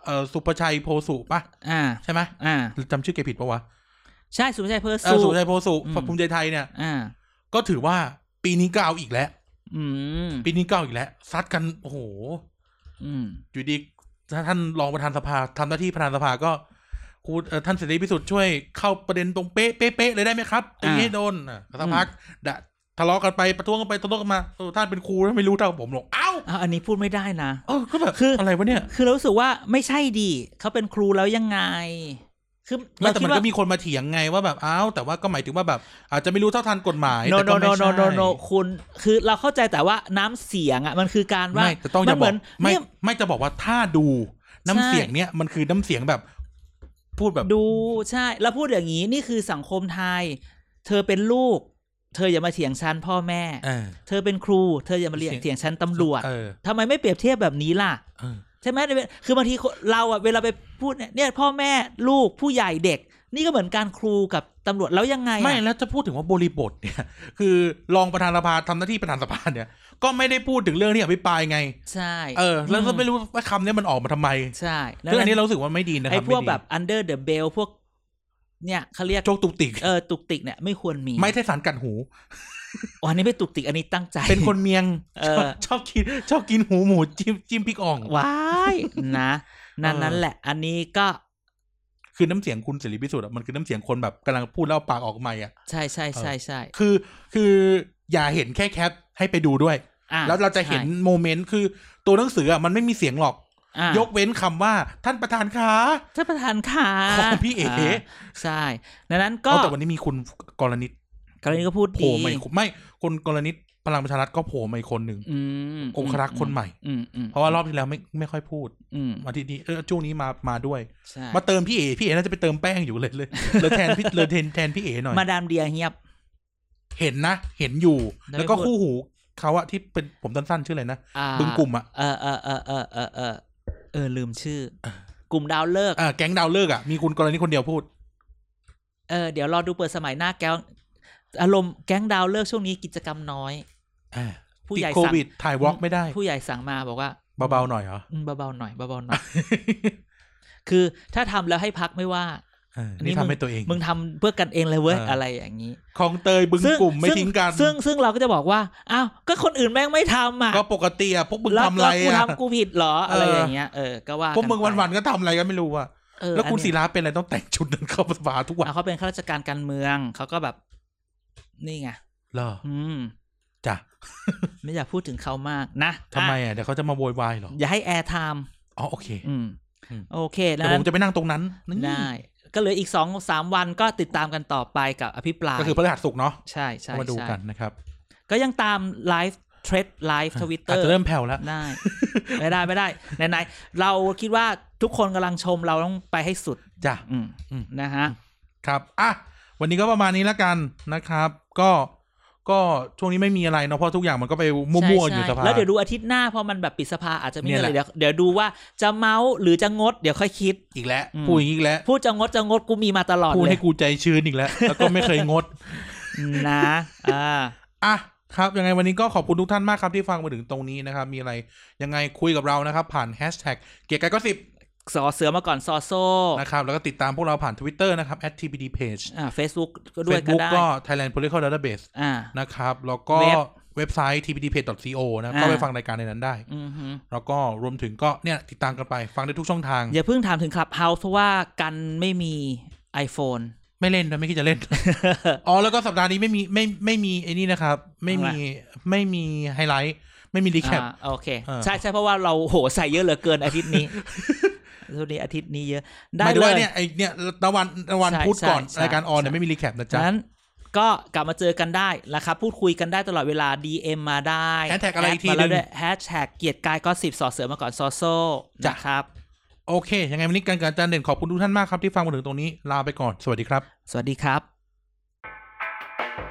[SPEAKER 1] เอ่อสุประชัยโพสุปะ
[SPEAKER 2] อ่า
[SPEAKER 1] ใช่ไหม
[SPEAKER 2] อ่า
[SPEAKER 1] หรือจำชื่อแกผิดปะวะ
[SPEAKER 2] ใช่สุภาชัยเพอร์
[SPEAKER 1] เอ
[SPEAKER 2] ซู
[SPEAKER 1] อสุประชัยโพสุ
[SPEAKER 2] อืม
[SPEAKER 1] พรรคภูมิใจไทยเนี่ย
[SPEAKER 2] อ่า
[SPEAKER 1] ก็ถือว่าปีนี้ก้าวอีกแล้ว
[SPEAKER 2] อืม
[SPEAKER 1] ปีนี้ก้าวอีกแล้วซัดกันโอ้โห
[SPEAKER 2] อืม
[SPEAKER 1] อยู่ดีถ้าท่านรองประธานสภาทำหน้าที่ประธานสภาก็คุณเอ่อท่านเสรีพิสุทธิ์ช่วยเข้าประเด็นตรงเป๊ะเป๊ะเป๊ะเลยได้ไหมครับตี
[SPEAKER 2] อ่า
[SPEAKER 1] ให้โดนอ่ะสักพักดะทะเลาะกันไปประท้วงกันไปทะเลาะกันมาเออท่านเป็นครูแล้วไม่รู้เท่าผมหรอกเอ้า
[SPEAKER 2] อ่าอันนี้พูดไม่ได้นะ
[SPEAKER 1] เออก็แบบ
[SPEAKER 2] คืออ
[SPEAKER 1] อะไรวะเนี่ย
[SPEAKER 2] คือเรารู้สึกว่าไม่ใช่ดี เขาเป็นครูแล้วยังไง คือ
[SPEAKER 1] ไม่
[SPEAKER 2] เรา
[SPEAKER 1] แต่
[SPEAKER 2] คิ
[SPEAKER 1] มั
[SPEAKER 2] ด
[SPEAKER 1] น
[SPEAKER 2] ว่า
[SPEAKER 1] ก็มีคนมาเถียงไงว่าแบบอ้าวแต่ว่าก็หมายถึงว่าแบบ อาจจะไม่รู้เท่าทันกฎหมาย
[SPEAKER 2] โน
[SPEAKER 1] แต่
[SPEAKER 2] โน
[SPEAKER 1] ก็
[SPEAKER 2] โน
[SPEAKER 1] ไม่
[SPEAKER 2] โน
[SPEAKER 1] ใช่
[SPEAKER 2] โนโนคุณคือเราเข้าใจแต่ว่าน้ำเสียงอ่ะมันคือการว่า
[SPEAKER 1] ไม่แต่ต้องจะบ
[SPEAKER 2] เห
[SPEAKER 1] อ
[SPEAKER 2] มื
[SPEAKER 1] ก
[SPEAKER 2] น
[SPEAKER 1] ไม่
[SPEAKER 2] เนี่ย
[SPEAKER 1] ไม่จะบอกว่าถ้าดูน้ำ
[SPEAKER 2] ใช่
[SPEAKER 1] เสียงเนี่ยมันคือน้ำเสียงแบบ พูดแบบ
[SPEAKER 2] ดูใช่ แล้วพูดอย่างนี้นี่คือสังคมไทย เธอเป็นลูก เธออย่ามาเถียงฉันพ่อแม่
[SPEAKER 1] เออ
[SPEAKER 2] เธอเป็นครู เธออย่ามาเรียน
[SPEAKER 1] เสียง
[SPEAKER 2] เถียงฉันตำรวจ
[SPEAKER 1] เออ
[SPEAKER 2] ทำไมไม่เปรียบเทียบแบบนี้ล่ะ
[SPEAKER 1] เออ
[SPEAKER 2] ใช่ไหมคือบางทีคนเราอ่ะเวลาไปพูดเนี่ยเนี่ยพ่อแม่ลูกผู้ใหญ่เด็ก นี่ก็เหมือนการครูกับตำรวจแล้วยังไงอะ
[SPEAKER 1] ไม่แล้วจะพูดถึงว่าบริบทเนี่ย คือรองประธานสภาทำหน้าที่ประธานสภาเนี่ย ก็ไม่ได้พูดถึงเรื่องที่อภิปรายไง
[SPEAKER 2] ใช่
[SPEAKER 1] เออ แล้วก็ไม่รู้ว่าคำเนี้ยมันออกมาทำไม
[SPEAKER 2] ใช่แล้ว
[SPEAKER 1] เรื่องอันนี้เรารู้สึกว่าไม่ดีนะค
[SPEAKER 2] ไอ้
[SPEAKER 1] รับ
[SPEAKER 2] พวก
[SPEAKER 1] ม่ดี
[SPEAKER 2] แบบ under the bell พวก เนี่ยเขาเรียก
[SPEAKER 1] โจกตุกติก
[SPEAKER 2] เออตุกติกเนี่ยไม่ควรมี
[SPEAKER 1] ไม่ใช่สารกัดหู
[SPEAKER 2] อ๋ออันนี้ไม่ตุกติกอันนี้ตั้งใจ
[SPEAKER 1] เป็นคนเมียง
[SPEAKER 2] เออ
[SPEAKER 1] ชอบชอบกินชอบกินหูหมูจิ้มจิ้มพริกอ่อง
[SPEAKER 2] ว้ายนะนั่น
[SPEAKER 1] เออ
[SPEAKER 2] นั่นแหละ อันนี้ก็
[SPEAKER 1] คือน้ำเสียงคุณเสรีพิสุทธิ์อะมันคือน้ำเสียงคนแบบกำลังพูดแล้วเอาปากออกใหม่อ่ะ
[SPEAKER 2] ใช่ใช่ใช่ใช่
[SPEAKER 1] คือคือ อย่าเห็นแค่แคปให้ไปดูด้วย
[SPEAKER 2] อ่
[SPEAKER 1] แล้วเราจะเห็นโมเมนต์คือตัวหนังสืออ่ะมันไม่มีเสียงหรอก
[SPEAKER 2] ใช่อ่ะ
[SPEAKER 1] ยกเว้นคำว่าท่านประธานคะ
[SPEAKER 2] ท่านประธานค่ะ
[SPEAKER 1] ของพี่เอ๋
[SPEAKER 2] าใช่ดังนั้นก็
[SPEAKER 1] เอาแต่วันนี้มีคุณกรณิต
[SPEAKER 2] กรณีก็พูด
[SPEAKER 1] โผ
[SPEAKER 2] ดี
[SPEAKER 1] ล่มาอีกคนไม่คนกรณิตพลังประชารัฐก็โผล่มาอีกคนหนึ่ง
[SPEAKER 2] อืม
[SPEAKER 1] องครักษ์คนใหม่
[SPEAKER 2] อืมอืม
[SPEAKER 1] เพราะว่ารอบที่แล้วไม่ไม่ค่อยพูด
[SPEAKER 2] อืม
[SPEAKER 1] มาที่นี้เออช่วงนี้มามาด้วย
[SPEAKER 2] ใช่
[SPEAKER 1] มาเติมพี่เอพี่เอน่าจะไปเติมแป้งอยู่เลยเลยเลยแทนพี่เลยแทนแทนพี่เอหน่อย
[SPEAKER 2] มาดามเดียเงียบ
[SPEAKER 1] เห็นนะ เห็นอยู่
[SPEAKER 2] ได้
[SPEAKER 1] แล้วก็
[SPEAKER 2] พูด
[SPEAKER 1] คู่หูเขาอะที่เป็นผมสั้นๆชื่ออะไรนะ
[SPEAKER 2] อ่า
[SPEAKER 1] บึงกลุ่มอะ
[SPEAKER 2] เออเออเออเออเออเออเออลืมชื่อ กลุ่มดาวเลิกษ์
[SPEAKER 1] อ่าแก๊งดาวเลิกอะมีคุณกรณีคนเดียวพูด
[SPEAKER 2] เออเดี๋ยวรอดูเปิดสมัยหน้าแก้วอารมณ์แก๊งดาวเลิกษ์ช่วงนี้กิจกรรมน้อย
[SPEAKER 1] อ่า
[SPEAKER 2] ผู้
[SPEAKER 1] ติด
[SPEAKER 2] ใหญ่
[SPEAKER 1] โค
[SPEAKER 2] สั่ง
[SPEAKER 1] วิดถ่ายวอล์กไม่ได้
[SPEAKER 2] ผู้ใหญ่สั่งมาบอกว่า
[SPEAKER 1] เบาๆหน่อยเหรอ
[SPEAKER 2] อืมเบาๆหน่อยเบาๆหน่อย คือถ้าทำแล้วให้พักไม่ว่า
[SPEAKER 1] เออ
[SPEAKER 2] อันนี้
[SPEAKER 1] นี่ทำให้ตัวเอง
[SPEAKER 2] มึงทำเพื่อกันเองเลยเว้ย
[SPEAKER 1] เอออ
[SPEAKER 2] อะไรอย่างนี้
[SPEAKER 1] ของเตยบึงกลุ่มไม่
[SPEAKER 2] ซึ่
[SPEAKER 1] ทิ้งกัน
[SPEAKER 2] ซึ่งซึ่งเราก็จะบอกว่าอ้าวก็คนอื่นแม่งไม่ทำอ่ะ
[SPEAKER 1] ก็ปกติอะพวกมึง
[SPEAKER 2] แล้ว
[SPEAKER 1] ทำอะไร
[SPEAKER 2] แล้วกู
[SPEAKER 1] อะ
[SPEAKER 2] ทำกูผิดเหรออะไร
[SPEAKER 1] เอออ
[SPEAKER 2] อย่างเงี้ยเออก็ว่า
[SPEAKER 1] พวกมึง
[SPEAKER 2] ไป
[SPEAKER 1] วันๆก็ทำอะไรกันไม่รู้อะ
[SPEAKER 2] เออ
[SPEAKER 1] แล้วคุณ
[SPEAKER 2] อัน
[SPEAKER 1] ศิ
[SPEAKER 2] เนี้ย
[SPEAKER 1] ลาเป็นอะไรต้องแต่งชุดนั้นเข้าสภาทุกวัน
[SPEAKER 2] อ่ะเขาเป็นข้าราชการการเมืองเขาก็แบบ นี่ไง
[SPEAKER 1] เหรอ
[SPEAKER 2] อืม
[SPEAKER 1] จ้ะ
[SPEAKER 2] ไม่อยากพูดถึงเขามากนะ
[SPEAKER 1] ทำไม
[SPEAKER 2] อ่ะ
[SPEAKER 1] อะเดี๋ยวเขาจะมาโวยวายเหรอ
[SPEAKER 2] อย่าให้แอร์ไทม์
[SPEAKER 1] อ๋อโอเค
[SPEAKER 2] อืม
[SPEAKER 1] อืม
[SPEAKER 2] โอเค
[SPEAKER 1] แต่
[SPEAKER 2] นะ
[SPEAKER 1] ผมจะไปนั่งตรงนั้นนี่
[SPEAKER 2] ได้ ก็เหลืออีกสองสามวันก็ติดตามกันต่อไปกับอภิปราย
[SPEAKER 1] ก็คือพฤหัสศุกร์เนาะ
[SPEAKER 2] ใช่ใช่
[SPEAKER 1] ก็มาดู
[SPEAKER 2] ใช่
[SPEAKER 1] กันนะครับ
[SPEAKER 2] ก็ยังตามไลฟ์เทรดไลฟ์ทวิตเตอ
[SPEAKER 1] อาจ
[SPEAKER 2] ร์
[SPEAKER 1] จะเริ่มแผ่วแล้ว
[SPEAKER 2] ได้ ไม่ได้ไม่ได้ไหนๆเราคิดว่าทุกคนกำลังชมเราต้องไปให้สุด
[SPEAKER 1] จ้ะ
[SPEAKER 2] อืม
[SPEAKER 1] อืม
[SPEAKER 2] นะฮะ
[SPEAKER 1] ครับ อ่ะ วันนี้ก็ประมาณนี้แล้วกันนะครับ ก็ ก็ช่วงนี้ไม่มีอะไรเนาะ เพราะทุกอย่างมันก็ไปมั่วๆอยู่
[SPEAKER 2] ใช่
[SPEAKER 1] สภา
[SPEAKER 2] แล้วเดี๋ยวดูอาทิตย์หน้าพอมันแบบปิดสภาอาจจะไม่มีอะไร
[SPEAKER 1] เนี่ยแห
[SPEAKER 2] เดี๋ย
[SPEAKER 1] ละ
[SPEAKER 2] วเดี๋ยวดูว่าจะเมาส์หรือจะงดเดี๋ยวค่อยคิด
[SPEAKER 1] อีกแล้ว
[SPEAKER 2] อืม
[SPEAKER 1] พูดอย่างนี้อีกแล้ว
[SPEAKER 2] พูดจะงดจะงดกูมีมาตลอด
[SPEAKER 1] พูด
[SPEAKER 2] เลย
[SPEAKER 1] ให้กูใจชื้นอีกแล้ว แล้วก็ไม่เคยงด
[SPEAKER 2] นะอ่า
[SPEAKER 1] อ่ะ ครับ ยังไงวันนี้ก็ขอบคุณทุกท่านมากครับที่ฟังมาถึงตรงนี้นะครับ มีอะไรยังไงคุยกับเรานะครับ ผ่านแฮชแท็กเกียร์กายก็สิบ
[SPEAKER 2] สอเสือมาก่อนซอโซ่
[SPEAKER 1] นะครับ แล้วก็ติดตามพวกเราผ่าน Twitter นะครับ @tbdpage
[SPEAKER 2] อ่าเฟซบุ๊กก็ด้วยก็
[SPEAKER 1] Facebook
[SPEAKER 2] ได้
[SPEAKER 1] ก็ Thailand Political Database
[SPEAKER 2] อ่า
[SPEAKER 1] นะครับ แล้วก็
[SPEAKER 2] เว็บ
[SPEAKER 1] เว็บไซต์ tbdpage.co นะครับก็ไป
[SPEAKER 2] อ่า
[SPEAKER 1] ฟังรายการในนั้นได้
[SPEAKER 2] อือหือ
[SPEAKER 1] แล้วก็รวมถึงก็เนี่ยติดตามกันไปฟังได้ทุกช่องทาง
[SPEAKER 2] อย่าเพิ่งถามถึงคลับเฮาส์เพราะว่ากันไม่มี iPhone
[SPEAKER 1] ไม่เล่นด้วยไม่คิดจะเล่น อ๋อแล้วก็สัปดาห์นี้ไม่มีไม่ไม่มีไอ้นี่นะครับ ไม่มีไม่มีไฮไลท์ ไม่มีรีแคป
[SPEAKER 2] อ่าโอเค
[SPEAKER 1] เออ
[SPEAKER 2] ใช่ใช่เพราะว่าเราโหใส่เยอะเหลือเกินอาทิตย์นี้ ช่วงนี้อาทิตย์นี้เยอะ
[SPEAKER 1] ห
[SPEAKER 2] ได้
[SPEAKER 1] มายถึง
[SPEAKER 2] เล
[SPEAKER 1] ว่าย เนี่ยไอเนี่ยตะวันตะวัน
[SPEAKER 2] ใช่
[SPEAKER 1] พุธก่อน
[SPEAKER 2] ใช่
[SPEAKER 1] รายการออน
[SPEAKER 2] ใช่
[SPEAKER 1] เนี่ยไม่มีรีแคปนะ
[SPEAKER 2] ฉะ
[SPEAKER 1] จ๊ะ
[SPEAKER 2] นั้นก็กลับมาเจอกันได้นะครับ พูดคุยกันได้ตลอดเวลา DM มาได้
[SPEAKER 1] แฮชแท็กอะไรอีกที
[SPEAKER 2] มาแล้ว
[SPEAKER 1] หนึ่ง
[SPEAKER 2] ด้วยแฮชแท็กเกียรติกายก็สิบสอเสือมาก่อนซอโซ่
[SPEAKER 1] จ้ะ
[SPEAKER 2] นะครับ
[SPEAKER 1] โอเค ยังไงวันนี้การกับอาจารย์เด่นขอบคุณทุกท่านมากครับที่ฟังมาถึงตรงนี้ลาไปก่อนสวัสดีครับ
[SPEAKER 2] สวัสดีครับ